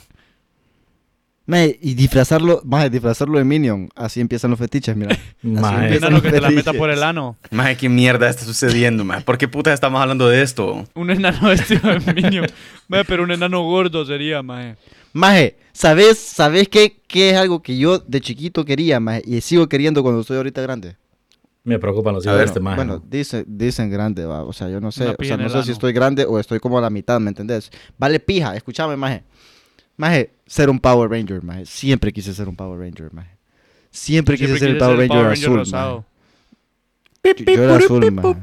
A: Maje, y disfrazarlo, maje, disfrazarlo de Minion. Así empiezan los fetiches, mira.
B: Mae.
A: empieza.
D: enano que te la
A: Fetiches.
D: meta por el ano.
C: Más qué mierda está sucediendo, más. ¿Por qué putas estamos hablando de esto?
D: Un enano vestido de Minion. Mae, pero un enano gordo sería, mae.
A: Maje, ¿sabes, sabes qué, qué es algo que yo de chiquito quería, maje? Y sigo queriendo cuando estoy ahorita grande.
B: Me preocupan los
C: A
B: hijos de
C: ver,
B: este maje.
A: Bueno, dice- dicen grande, va. O sea, yo no sé.
D: Una
A: O
D: pija
A: sea,
D: en
A: no
D: el
A: sé si
D: ano.
A: estoy grande o estoy como a la mitad, ¿me entendés? Vale pija, escúchame, maje. Maje, ser un Power Ranger, maje. Siempre quise ser un Power Ranger, maje. Siempre, quise ser el Power Ranger azul, maje. Yo- Yo era azul, maje.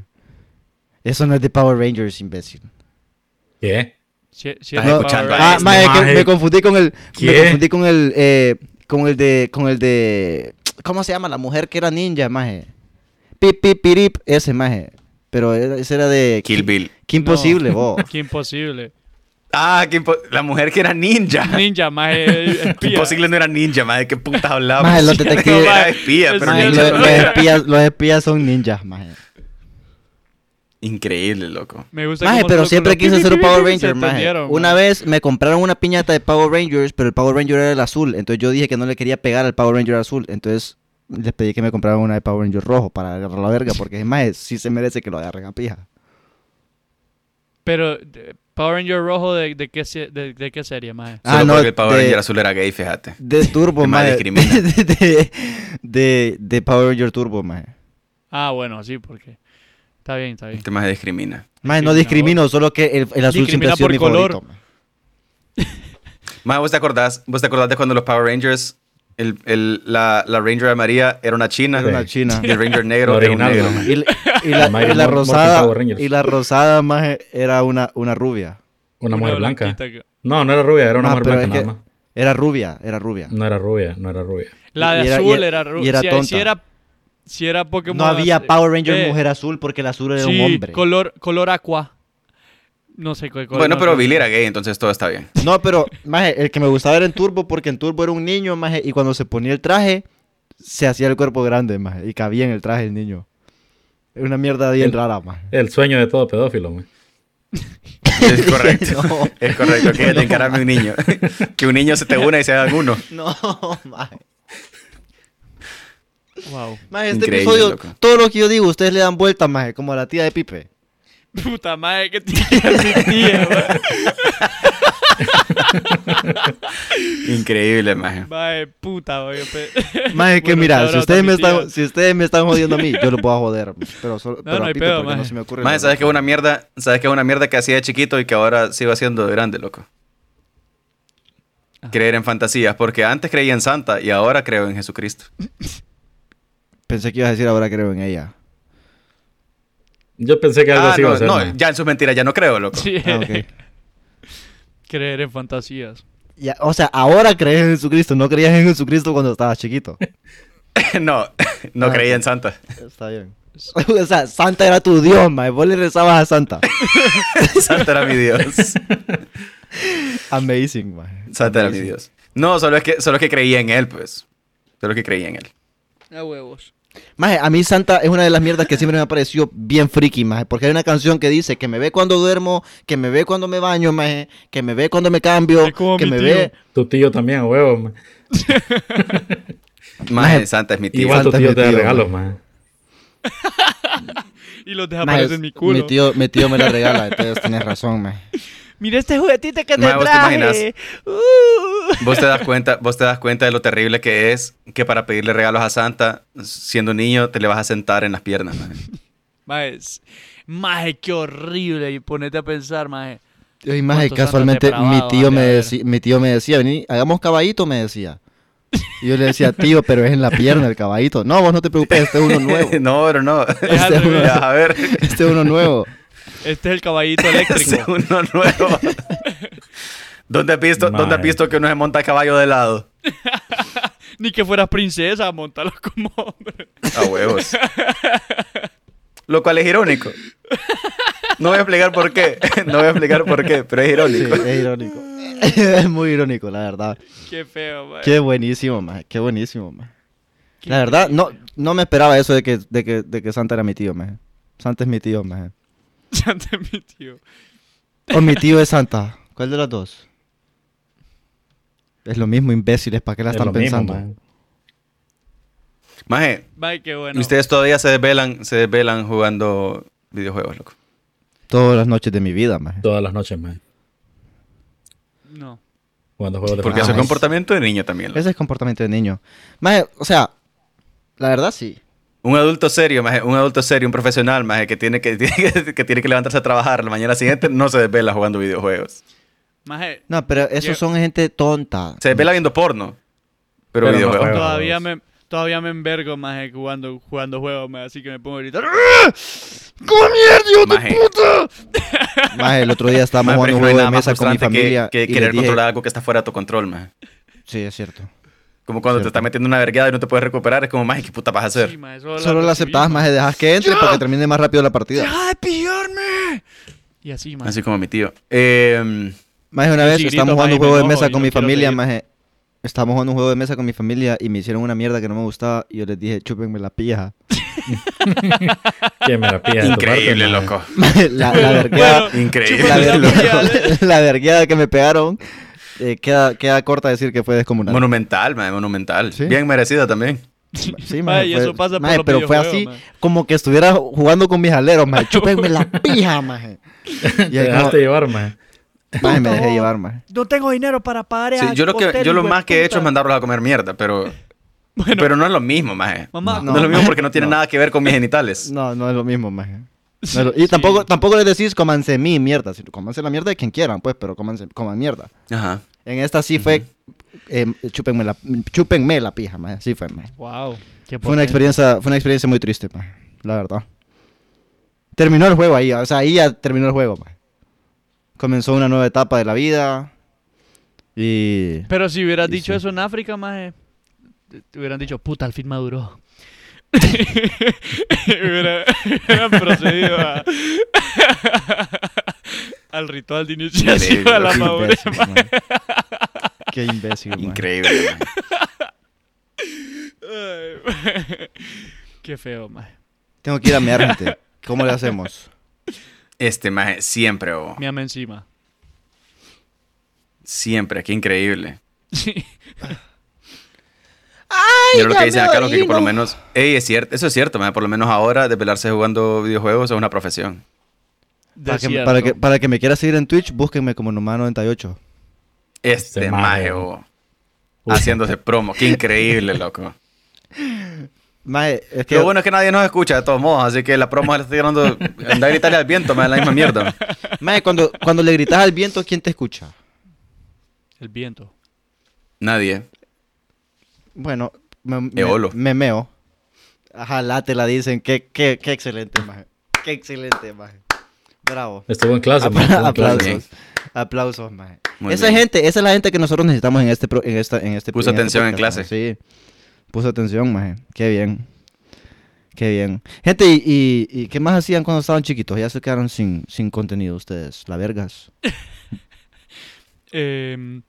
A: Eso no es de Power Rangers, imbécil.
B: ¿Qué?
D: Sí, sí,
C: Estás
D: era
C: escuchando
D: Power
A: Ah,
D: Ranger.
A: maje, que
B: maje.
A: me confundí con el...
B: ¿Qué?
A: Me confundí con el... eh, con el de... Con el de... ¿Cómo se llama? La mujer que era ninja, maje. Pip, pip, pirip. Ese, maje. Pero era- ese era de...
C: Kill Bill.
A: Qué
D: No.
A: imposible, vos.
D: Qué imposible.
C: Ah, que impo- la mujer que era ninja.
D: Ninja, mae. eh,
C: Que
D: espía.
C: Imposible no era ninja, más. ¿De qué putas hablamos?
A: Maje, los
C: No,
A: detectives-
C: era espía,
D: Es
C: pero
A: Maje,
C: ninja
A: lo-
D: cierto.
C: no
A: los,
C: era.
A: espías, los espías son ninjas, maje.
C: Increíble, loco.
D: Me gusta
A: Maje,
D: cómo
A: pero
D: solo
A: siempre
D: con los
A: quise ser un Power
D: se
A: Ranger, maje.
D: entendieron,
A: Una
D: mae.
A: vez me compraron una piñata de Power Rangers, pero el Power Ranger era el azul. Entonces yo dije que no le quería pegar al Power Ranger azul. Entonces les pedí que me compraran una de Power Ranger rojo para agarrar la verga, porque maje, sí se merece que lo agarren a pija.
D: Pero, de- Power Ranger rojo, ¿de, de, qué, se- de, de qué serie, mae?
C: Solo porque el Power
A: Ah, de-
C: Ranger azul era gay, fíjate.
A: De Turbo,
C: Que más
A: maje.
C: discrimina.
A: De, de- de- de Power Ranger Turbo, maje.
D: Ah, bueno, sí, porque. Está bien, está bien.
C: Este más discrimina.
A: Maje, no discrimino, solo que el, el azul siempre
D: Discrimina
A: ha sido
D: por
A: mi
D: color.
A: favorito, maje.
C: Más, ¿vos te acordás? ¿Vos te acordás de cuando los Power Rangers, el, el- la, la Ranger amarilla era una china?
A: Era una china.
C: Y el Ranger
B: La
C: negro era un
B: original,
C: negro,
B: ¿no?
C: maje.
A: Y, la- y la,
B: Mighty
A: y la
B: Mor- Morphin
A: rosada,
B: Power Rangers.
A: y la rosada más era una, una rubia.
B: Una mujer blanca.
D: blanquita que-
B: No, no era rubia, era una
A: Ah,
B: mujer
A: pero
B: blanca
A: es
B: nada
A: que-
B: más.
A: Era rubia, era rubia.
B: No era rubia, no era rubia.
D: La de
A: Y era- y
D: azul
A: era-
D: era,
A: y era
D: rubia. si,
A: tonta.
D: era, si era Pokémon.
A: No había Power Ranger
D: eh,
A: mujer azul porque el azul era
D: sí,
A: un hombre.
D: Color, color aqua. No sé qué color.
C: Bueno,
D: no
C: pero
D: sé.
C: Billy era gay, entonces todo está bien.
A: No, pero maje, el que me gustaba era en Turbo porque en Turbo era un niño maje, y cuando se ponía el traje se hacía el cuerpo grande maje, y cabía en el traje el niño. Era una mierda bien
B: El-
A: rara, maje.
B: El sueño de todo pedófilo, man.
C: Es correcto.
A: No.
C: Es correcto. Que te encarame un niño. que un niño se te una y se haga uno.
A: No, maje.
D: Wow.
A: Maje, este
C: Increíble,
A: episodio,
C: loco.
A: todo lo que yo digo, ustedes le dan vuelta, maje, como a la tía de Pipe.
D: Puta madre, qué tía, qué tía, mae.
C: Increíble, maje.
D: Mae, puta, mae, yo pe-
A: Maje, que
D: Bueno,
A: mira,
D: ahora
A: si
D: otra
A: ustedes, me
D: mi tía.
A: están, si ustedes me están jodiendo a mí, yo los voy a joder. Pero, solo, pero
D: no
A: a
D: hay
A: Pipe,
D: pedo,
A: porque no
D: maje.
A: se me ocurre.
C: Maje,
A: nada.
C: ¿sabes que es una mierda? ¿Sabes que es una mierda que hacía de chiquito y que ahora sigo haciendo de grande, loco?
B: Ah.
C: Creer en fantasías, porque antes creía en Santa y ahora creo en Jesucristo.
A: Pensé que ibas a decir ahora creo en ella.
B: Yo pensé que algo
C: Ah,
B: así iba
C: no,
B: a ser.
C: no,
B: maje.
C: ya en sus mentiras ya no creo, loco.
D: Sí,
A: Ah, ok.
D: creer en fantasías.
A: Ya, o sea, ahora crees en Jesucristo, no creías en Jesucristo cuando estabas chiquito.
C: no, no
A: Ah,
C: creía
A: ok.
C: en Santa.
A: Está bien. O sea, Santa era tu Dios, mae. Vos le rezabas a Santa.
C: Santa era mi Dios.
A: Amazing, mae.
C: Santa era mi Dios. No, solo es que, solo es que creía en él, pues. Solo que creía en él.
D: A huevos.
A: Mae, a mí Santa es una de las mierdas que siempre me ha parecido bien friki, mae. Porque hay una canción que dice que me ve cuando duermo, que me ve cuando me baño, mae. Que me ve cuando me cambio,
D: Es como
A: que
D: mi
A: me
D: tío.
A: ve...
B: Tu tío también, a huevo, man.
C: Maje, Santa es mi tío.
B: Igual tu
A: Santa es
B: tío
A: mi
B: te da
A: tío,
B: regalos, man.
D: Y los
A: Mae,
D: desaparecen en mi culo.
A: tío, mi tío me la regala, entonces tienes razón, mae.
D: Mira este juguetito que te
C: Mae, ¿vos te
D: traje. Uh.
C: imaginas? Vos te das cuenta, vos te das cuenta de lo terrible que es que para pedirle regalos a Santa, siendo niño, te le vas a sentar en las piernas. maje.
D: Mae, mae, qué horrible. Y ponete a pensar, mae.
A: Yo imagen
D: ¿Cuántos santos
A: casualmente mi
D: depravados
A: tío
D: han de
A: me
D: haber?
A: decía, mi tío me decía, vení, hagamos caballito, me decía. Y yo le decía, tío, pero es en la pierna el caballito. No, vos no te preocupes, este es uno nuevo.
C: no, pero no.
D: Es al
A: Este uno-
D: revés.
C: Ya, a ver.
A: Este es uno nuevo.
D: Este es el caballito
C: Ese
D: eléctrico.
C: uno nuevo. ¿Dónde has visto, ¿dónde has
B: Mae.
C: visto que uno se monta a caballo de lado?
D: Ni que fueras princesa, montalo como hombre.
C: A huevos. Lo cual es irónico. No voy a explicar por qué. No voy a explicar por qué, pero es
A: Sí,
C: irónico.
A: es irónico. es muy irónico, la verdad.
D: Qué feo, man.
A: Qué buenísimo, maje. Qué buenísimo, maje.
D: Qué
A: La verdad, no, no me esperaba eso de que, de que, de que Santa era mi tío, maje. Santa es mi tío, maje.
D: Ya te mi tío.
A: O mi tío es Santa. ¿Cuál de las dos? Es lo mismo, imbéciles. ¿Para qué la
B: Es
A: están
B: lo mismo,
A: pensando?
B: man.
C: Maje,
D: Vaya, qué bueno.
C: ustedes todavía se desvelan, se desvelan jugando videojuegos, loco.
A: Todas las noches de mi vida, maje.
B: Todas las noches, man.
D: No.
B: Jugando juegos de
C: Porque
A: Ah,
C: eso
B: fútbol.
C: es
A: es-
C: comportamiento de niño también. loco.
A: Ese es comportamiento de niño. Maje, o sea, la verdad sí.
C: Un adulto serio, maje, un adulto serio, un profesional, maje, que tiene que, que, tiene que levantarse a trabajar la mañana siguiente, no se desvela jugando videojuegos.
D: Maje,
A: No, pero esos
D: Yo-
A: son gente tonta.
C: Se desvela viendo porno.
B: Pero
C: Pero,
B: no
C: videojuegos.
B: juega.
D: todavía
C: pues.
D: me, todavía me envergo, maje, jugando, jugando juegos, maje, así que me pongo a gritar. ¡Cómo mierda, hijo de
C: Maje.
D: puta!
A: Maje, el otro día estábamos
C: Maje, pero es
A: jugando un
C: que no hay
A: juego
C: nada
A: de
C: más
A: mesa con mi
C: frustrante que-
A: familia.
C: Que,
A: y les
C: querer
A: dije-
C: controlar algo que está fuera de tu control, maje.
A: Sí, es cierto.
C: Como cuando te
A: Cierto.
C: estás metiendo una vergueada y no te puedes recuperar, es como, maje, ¿qué puta vas a hacer?
D: Sí, maje, solo,
A: Solo la
D: recibí,
A: aceptabas, maje. Dejas que entre
D: ¡Ya!
A: para que termine más rápido la partida.
D: ¡Deja de pillarme! Y así, maje.
C: Así como mi tío. Eh,
A: Maje, una vez
D: Sí, grito,
A: estábamos jugando
D: maje,
A: un
D: me
A: juego de
D: enojo
A: mesa
D: y
A: con
D: no
A: mi
D: quiero
A: familia,
D: seguir.
A: maje. Estábamos jugando un juego de mesa con mi familia y me hicieron una mierda que no me gustaba y yo les dije, chúpenme la pija.
B: Que me la pilla de tu
C: increíble,
B: parte, man.
C: loco.
A: Maje, la, la vergueada-
D: Bueno,
C: Increíble.
A: la,
D: chúpenme la
A: vergueada-
D: pija.
A: la vergueada que me pegaron eh, queda, queda corta decir que fue descomunal.
C: Monumental, maje, monumental.
A: Sí.
C: Bien merecida también.
A: Sí,
D: Maje, y
A: fue-
D: eso pasa por
A: maje,
D: los
A: pero fue así
D: videojuegos, maje.
A: como que estuviera jugando con mis aleros, maje. Chúpenme la pija, maje. Y
B: Te
A: ahí como-
B: dejaste llevar, man.
A: maje, me dejé llevar, maje.
D: No tengo dinero para pagar
C: Sí, yo lo, que, yo lo más que he hecho es mandarlos a comer mierda, pero,
D: Bueno,
C: pero no es lo mismo, maje.
D: mamá,
C: No, es lo mismo porque no tiene
A: No.
C: nada que ver con mis genitales.
A: No, no es lo mismo, maje. No es lo- y tampoco, tampoco les decís cómanse mi mierda, sino cómanse la mierda de quien quieran, pues, pero cómanse, coman mierda.
C: Ajá.
A: En esta sí fue. eh, chúpenme, la, chúpenme la pija, maje. Sí fue, maje.
D: Wow.
A: Fue una, experiencia, fue una experiencia muy triste, maje. La verdad. Terminó el juego ahí. O sea, ahí ya terminó el juego, maje. Comenzó una nueva etapa de la vida. Y.
D: Pero si hubieras
A: Sí,
D: dicho
A: sí.
D: eso en África, maje, te- te hubieran dicho, puta, al fin maduró. Hubiera- hubieran procedido a- al ritual de iniciación
C: Increíble,
D: a la
A: Qué
D: madurez.
A: imbécil, maje. Qué imbécil, maje.
C: Increíble, maje.
D: Ay, Qué feo, maje.
A: Tengo que ir a mear, gente. ¿Cómo le hacemos?
C: Este, maje, siempre, oh,
D: Me ama encima.
C: siempre, qué increíble.
D: Sí.
C: Pero lo
A: ya
C: que dicen
A: me
C: acá, lo que por lo
A: orino.
C: menos... Ey, es cierto, eso es cierto, maje, por lo menos ahora desvelarse jugando videojuegos es una profesión.
A: Para que, me-
D: Desierto.
A: para, que, para que me quiera seguir en Twitch, búsquenme como Nomad98.
C: Este,
B: Este
C: maje,
B: maje,
C: oh,
B: Uf.
C: haciéndose promo, qué increíble, loco.
A: Mae, es que.
C: Lo bueno es que nadie nos escucha de todos modos, así que la promo la estoy tirando, anda a gritarle al viento, maje, la misma mierda.
A: mae, cuando, cuando le gritas al viento, ¿quién te escucha?
D: El viento.
C: Nadie.
A: Bueno, me, me-
C: Eolo.
A: me meo. Ojalá te la dicen. Qué, qué, qué excelente, maje. Qué excelente, maje. Bravo.
B: Estuvo en clase, man.
A: Apla-
B: Estuvo en clase.
C: Bien.
A: aplausos. Aplausos, maje.
C: Muy
A: esa
C: bien.
A: gente, esa es la gente que nosotros necesitamos en este pro- en esta en este
C: Puso
A: este
C: atención en
A: podcast,
C: clase.
A: maje. Sí. Puso atención, maje. Qué bien. Qué bien. Gente, ¿y, y, y qué más hacían cuando estaban chiquitos? Ya se quedaron sin, sin contenido ustedes, la vergas.
D: Em,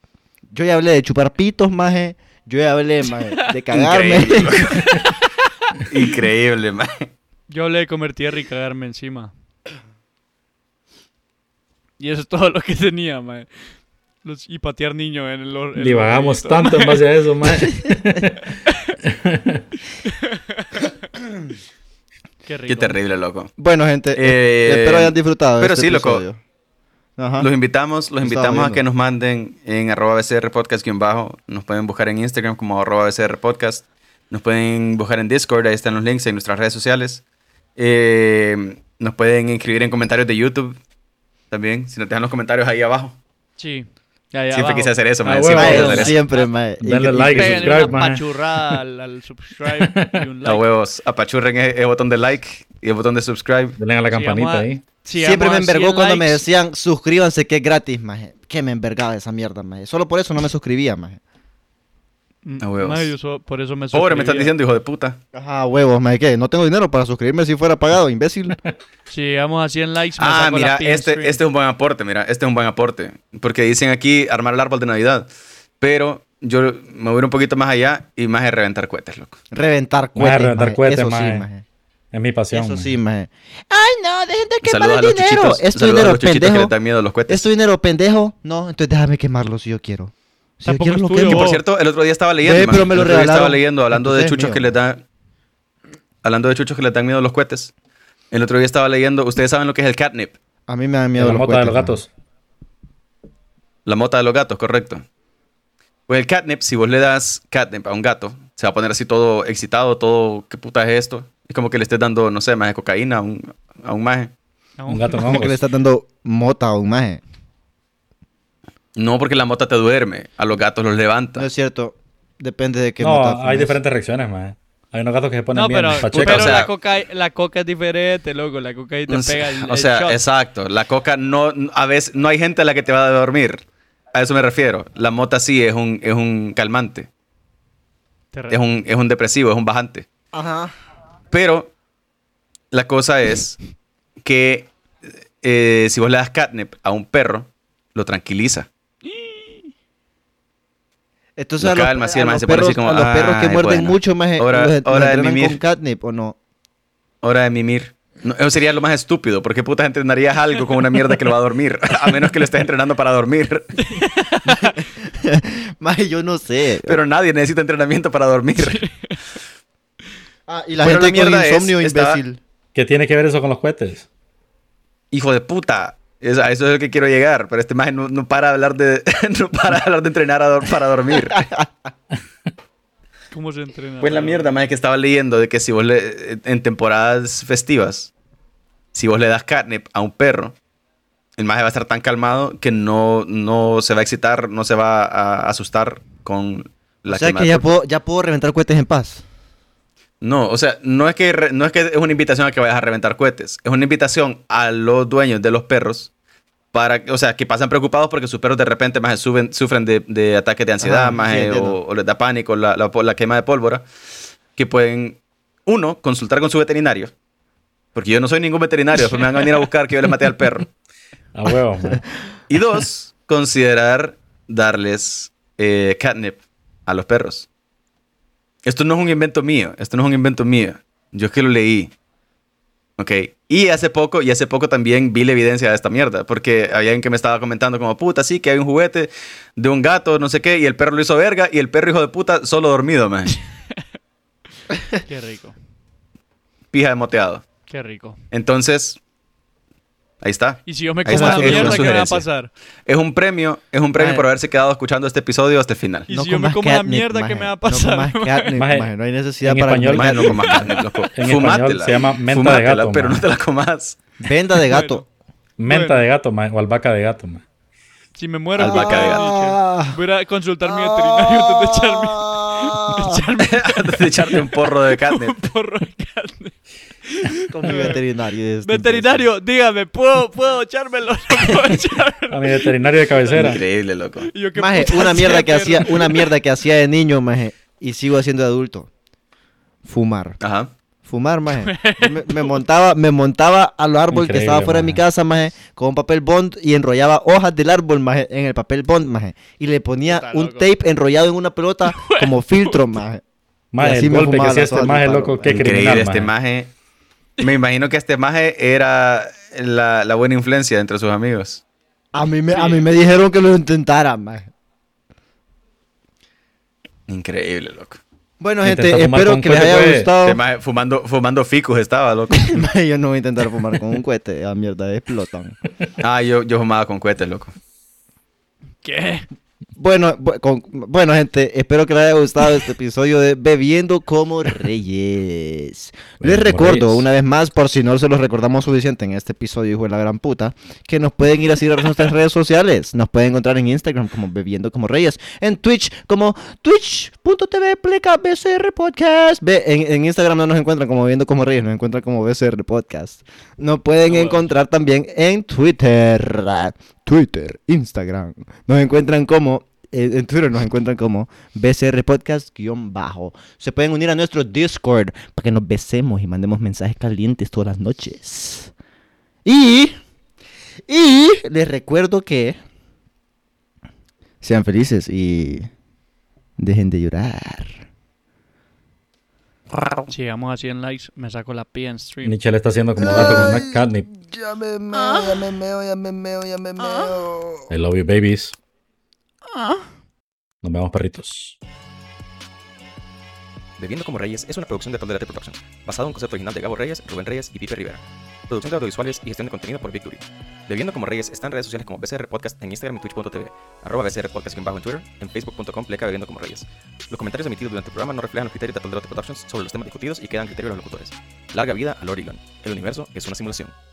A: Yo ya hablé de chupar pitos, maje. Yo ya hablé, maje, de cagarme.
C: Increíble, loco. increíble, maje.
D: yo hablé de comer tierra y cagarme encima. Y eso es todo lo que tenía, maje. Los- y patear niño en el... or- en el
B: Divagamos
D: orillito,
B: tanto en base a eso, man.
D: Qué rico.
C: Qué terrible, loco.
A: Bueno, gente,
C: Eh,
A: espero hayan disfrutado. de
C: pero
A: este
C: sí, loco.
A: episodio. Ajá.
C: Los invitamos,
A: Estaba
C: los invitamos a
A: viendo.
C: que nos manden en arroba BCR Podcast guión bajo. Nos pueden buscar en Instagram como arroba BCR Podcast. Nos pueden buscar en Discord, ahí están los links en nuestras redes sociales. Eh, nos pueden inscribir en comentarios de YouTube también, si nos dejan los comentarios ahí abajo.
D: Sí. Ya, ya,
C: Siempre
D: abajo.
C: quise hacer eso, mae.
B: Ah,
C: Siempre
B: huevo.
C: quise
A: Mae,
C: hacer eso.
A: siempre, mae. Y-
B: Denle
A: y-
B: like. y
D: Péguenle
B: subscribe,
D: una
B: maje.
D: pachurrada al, al subscribe y un like.
C: A huevos, apachurren el el botón de like y el botón de subscribe.
B: Denle a la campanita
D: Sigamos a-
B: ahí.
D: sigamos
A: Siempre me
D: a
A: envergó
D: 100
A: cuando me
D: likes.
A: decían suscríbanse que es gratis, maje. Que me envergaba esa mierda, maje. Solo por eso no me suscribía, maje.
D: Mm,
C: A huevos.
D: maje, yo so- por eso me
C: Pobre, me estás
D: suscribía.
C: diciendo, hijo de puta.
A: Ajá, huevos, maje. ¿Qué? No tengo dinero para suscribirme si fuera pagado, imbécil.
D: Si llegamos a 100 likes, me
C: Ah,
D: saco la
C: mira,
D: pin
C: este,
D: screen.
C: este es un buen aporte, mira, este es un buen aporte. Porque dicen aquí armar el árbol de Navidad. Pero yo me voy a ir un poquito más allá y más de reventar cohetes, loco.
A: Reventar
B: Maje,
A: cuentas.
B: reventar cohetes,
A: Eso
B: maje.
A: sí, maje.
B: Es mi pasión.
A: Eso
B: man.
A: sí, maje. Ay, no, dejen de quemar
C: Saludos a
A: el
C: los
A: dinero.
C: chuchitos.
A: Es tu
C: saludos a
A: dinero,
C: los chuchitos que
A: pendejo.
C: les dan miedo a los cohetes.
A: Es tu dinero, pendejo. No, entonces déjame quemarlo si yo quiero. Si
D: Tampoco
A: yo quiero
D: es
A: lo
D: tuyo,
A: quemo.
C: Por
D: Oh.
C: cierto, el otro día estaba leyendo.
A: Ve,
C: man.
A: pero me lo
C: el otro día estaba
A: regalaron.
C: leyendo, hablando de
A: Entonces es
C: chuchos
A: mío.
C: que les dan. Hablando de chuchos que les dan miedo a los cohetes. El otro día estaba leyendo. Ustedes saben lo que es el catnip,
A: A mí me dan miedo
B: la
A: los
B: mota de los
A: cohetes,
B: gatos.
C: la mota de los gatos, correcto. Pues el catnip, si vos le das catnip a un gato, se va a poner así todo excitado, todo. ¿Qué puta es esto? Es como que le estés dando, no sé, más de cocaína a un, a un maje.
D: No.
B: Un gato en
A: maje. Como que le
B: hongos.
A: estás dando mota eh. a un maje.
C: No, porque la mota te duerme. A los gatos los levanta.
A: No es cierto. Depende de qué mota
B: No, hay
A: fumes.
B: diferentes reacciones, man. Hay unos gatos que se ponen
D: No,
B: bien.
D: pero,
B: pachecos.
C: puta,
D: pero
C: o sea-
D: la, coca, la coca es diferente, loco. La coca ahí te
C: O sea-
D: pega el,
C: o
D: el
C: sea,
D: shot.
C: exacto. La coca no, a veces no hay gente a la que te va a dormir. A eso me refiero. La mota sí es un, es un calmante,
D: Te re-
C: es un, es un depresivo, es un bajante.
A: Ajá.
C: Pero la cosa es que eh, si vos le das catnip a un perro, lo tranquiliza.
A: Entonces
C: Lo
A: a los,
C: calma, sí,
A: a
C: el maje
A: los
C: se pone así
A: perros,
C: como,
A: a los perros que
C: "Ay,
A: muerden
C: bueno,
A: mucho, maje,
C: hora-
A: los, los
C: hora de
A: entrenan con
C: mimir".
A: catnip o no.
C: Hora de mimir. No, eso sería lo más estúpido, porque puta entrenarías algo con una mierda que lo va a dormir, a menos que lo estés entrenando para dormir.
A: Maje, yo no sé.
C: Pero nadie necesita entrenamiento para dormir.
A: ah, y la
C: bueno,
A: gente
C: la
A: con
C: mierda es,
A: insomnio,
C: está-
A: imbécil.
B: ¿Qué tiene que ver eso con los cohetes?
C: hijo de puta. Es- a eso es lo que quiero llegar, pero este imagen no, no para de hablar de no para de hablar de entrenar a dor- para dormir.
D: ¿Cómo se entrena?
C: Pues la mierda más que estaba leyendo de que si vos le en temporadas festivas si vos le das catnip a un perro, el maje va a estar tan calmado que no, no se va a excitar, no se va a asustar con la
A: O sea
C: quema
A: que
C: de
A: ya
C: cuerpo.
A: puedo, ya puedo reventar cohetes en paz.
C: No, o sea, no es que re- no es que es una invitación a que vayas a reventar cohetes, es una invitación a los dueños de los perros para, o sea, que pasan preocupados porque sus perros de repente más suben, sufren de, de ataques de ansiedad,
A: Ajá,
C: más eh,
A: sí, entiendo.
C: o, o les da pánico la, la pol- la quema de pólvora, que pueden uno consultar con su veterinario, porque yo no soy ningún veterinario, después me van a venir a buscar que yo les maté al perro.
B: A huevo, man.
C: Y dos, considerar darles eh, catnip a los perros. Esto no es un invento mío, esto no es un invento mío. Yo es que lo leí. Ok. Y hace poco, y hace poco también vi la evidencia de esta mierda, porque había alguien que me estaba comentando como, puta, sí, que hay un juguete de un gato, no sé qué, y el perro lo hizo verga, y el perro hijo de puta solo dormido, man.
D: Qué rico,
C: Pija de moteado.
D: qué rico.
C: Entonces, ahí está.
D: Y si yo me
C: Ahí
D: como
C: está,
D: esa
C: es una
D: mierda, ¿qué me va a
C: sugerencia.
D: pasar?
C: Es un premio, es un premio
A: Ay.
C: por haberse quedado escuchando este episodio hasta el final.
D: Y si yo me como la mierda, ¿qué me va a pasar?
A: No comas catnip,
B: Maje,
A: maje, No hay necesidad
B: en
A: para...
B: español-
A: comer
C: Maje, no
A: catnip.
C: comas carne, loco.
B: En
C: Fumátela.
B: español se llama menta de
C: Fumátela,
B: gato,
C: pero
B: man.
C: no te la comas.
A: Venda de gato.
B: Menta
D: Bueno.
B: de gato, man. O albahaca de gato, man.
D: Si me muero,
C: Albahaca de
A: gato.
D: voy a ir a consultar mi veterinario antes de echarme, Ah.
A: Ah.
D: echarme
C: Antes de echarte un porro de carne.
D: un porro de carne.
A: Ah, Con mi veterinario. de este
D: Veterinario, dígame, ¿puedo, ¿puedo echármelo? ¿No puedo echármelo?
B: A mi veterinario de cabecera.
C: Increíble, loco.
D: Y yo, ¿qué
A: Maje,
D: puta
A: una mierda que
D: perro?
A: hacía, una mierda que hacía de niño, maje, y sigo haciendo de adulto. Fumar.
C: Ajá.
A: Fumar, maje. Yo Me, me montaba, me montaba al árbol que
B: Increíble,
A: estaba fuera de mi
B: maje.
A: casa, maje, con un papel bond y enrollaba hojas del árbol, maje, en el papel bond, maje, y le ponía
D: Puta,
A: un
D: loco.
A: tape enrollado en una pelota como filtro, maje.
B: Más
A: Y así
B: el
A: me
B: golpe que
A: fumaba
B: hacía
A: las
B: este
A: hojas
B: maje,
A: del palo,
B: loco.
A: man.
B: Qué criminal,
C: Increíble este
B: man.
C: maje. Me imagino que este maje era la, la buena influencia entre sus amigos.
A: A mí me, a mí me dijeron que lo intentara, maje.
C: Increíble, loco.
A: Bueno,
B: Intenta
A: gente,
B: fumar
A: espero
B: con
A: que les
B: cohete,
A: haya
B: pues.
A: gustado.
C: Este maje fumando, fumando ficus estaba, loco.
A: Maje, Yo no voy a intentar fumar con un cohete, a mierda, explotan.
C: Ah, yo, yo fumaba con cohetes, loco.
D: ¿Qué?
A: Bueno, bu- con- bueno, gente, espero que les haya gustado este episodio de Bebiendo como Reyes. Les
B: Bebiendo como
A: recuerdo
B: Reyes.
A: una vez más, por si no se los recordamos suficiente en este episodio, hijo de la gran puta, que nos pueden ir a seguir a nuestras redes sociales. Nos pueden encontrar en Instagram como Bebiendo como Reyes, en Twitch como twitch.tv pleca BCR Podcast. Ve, en, en Instagram no nos encuentran como Bebiendo como Reyes, nos encuentran como BCR Podcast. Nos pueden encontrar también en Twitter. Twitter, Instagram. Nos encuentran como, eh, en Twitter nos encuentran como BCR Podcast-bajo. Se pueden unir a nuestro Discord para que nos besemos y mandemos mensajes calientes todas las noches. Y, y les recuerdo que sean felices y dejen de llorar.
D: Si llegamos a 100 likes, me saco la pía en stream.
B: Michelle está haciendo como gato con una catnip.
F: Ya me meo, ya me meo, ya me meo, ya me meo.
B: I love you, babies.
D: Ah.
B: Nos vemos, perritos.
G: Bebiendo como Reyes es una producción de Tolerate Production, basado en un concepto original de Gabo Reyes, Rubén Reyes y Pipe Rivera. Producción de audiovisuales y gestión de contenido por Victory. Bebiendo como Reyes está en redes sociales como BCR Podcast en Instagram y Twitch.tv, arroba BCR Podcast en bajo en Twitter, en Facebook.com pleca Bebiendo como Reyes. Los comentarios emitidos durante el programa no reflejan los criterios de Tolerate Productions sobre los temas discutidos y quedan criterios de los locutores. Larga vida a Lori Lon. El universo es una simulación.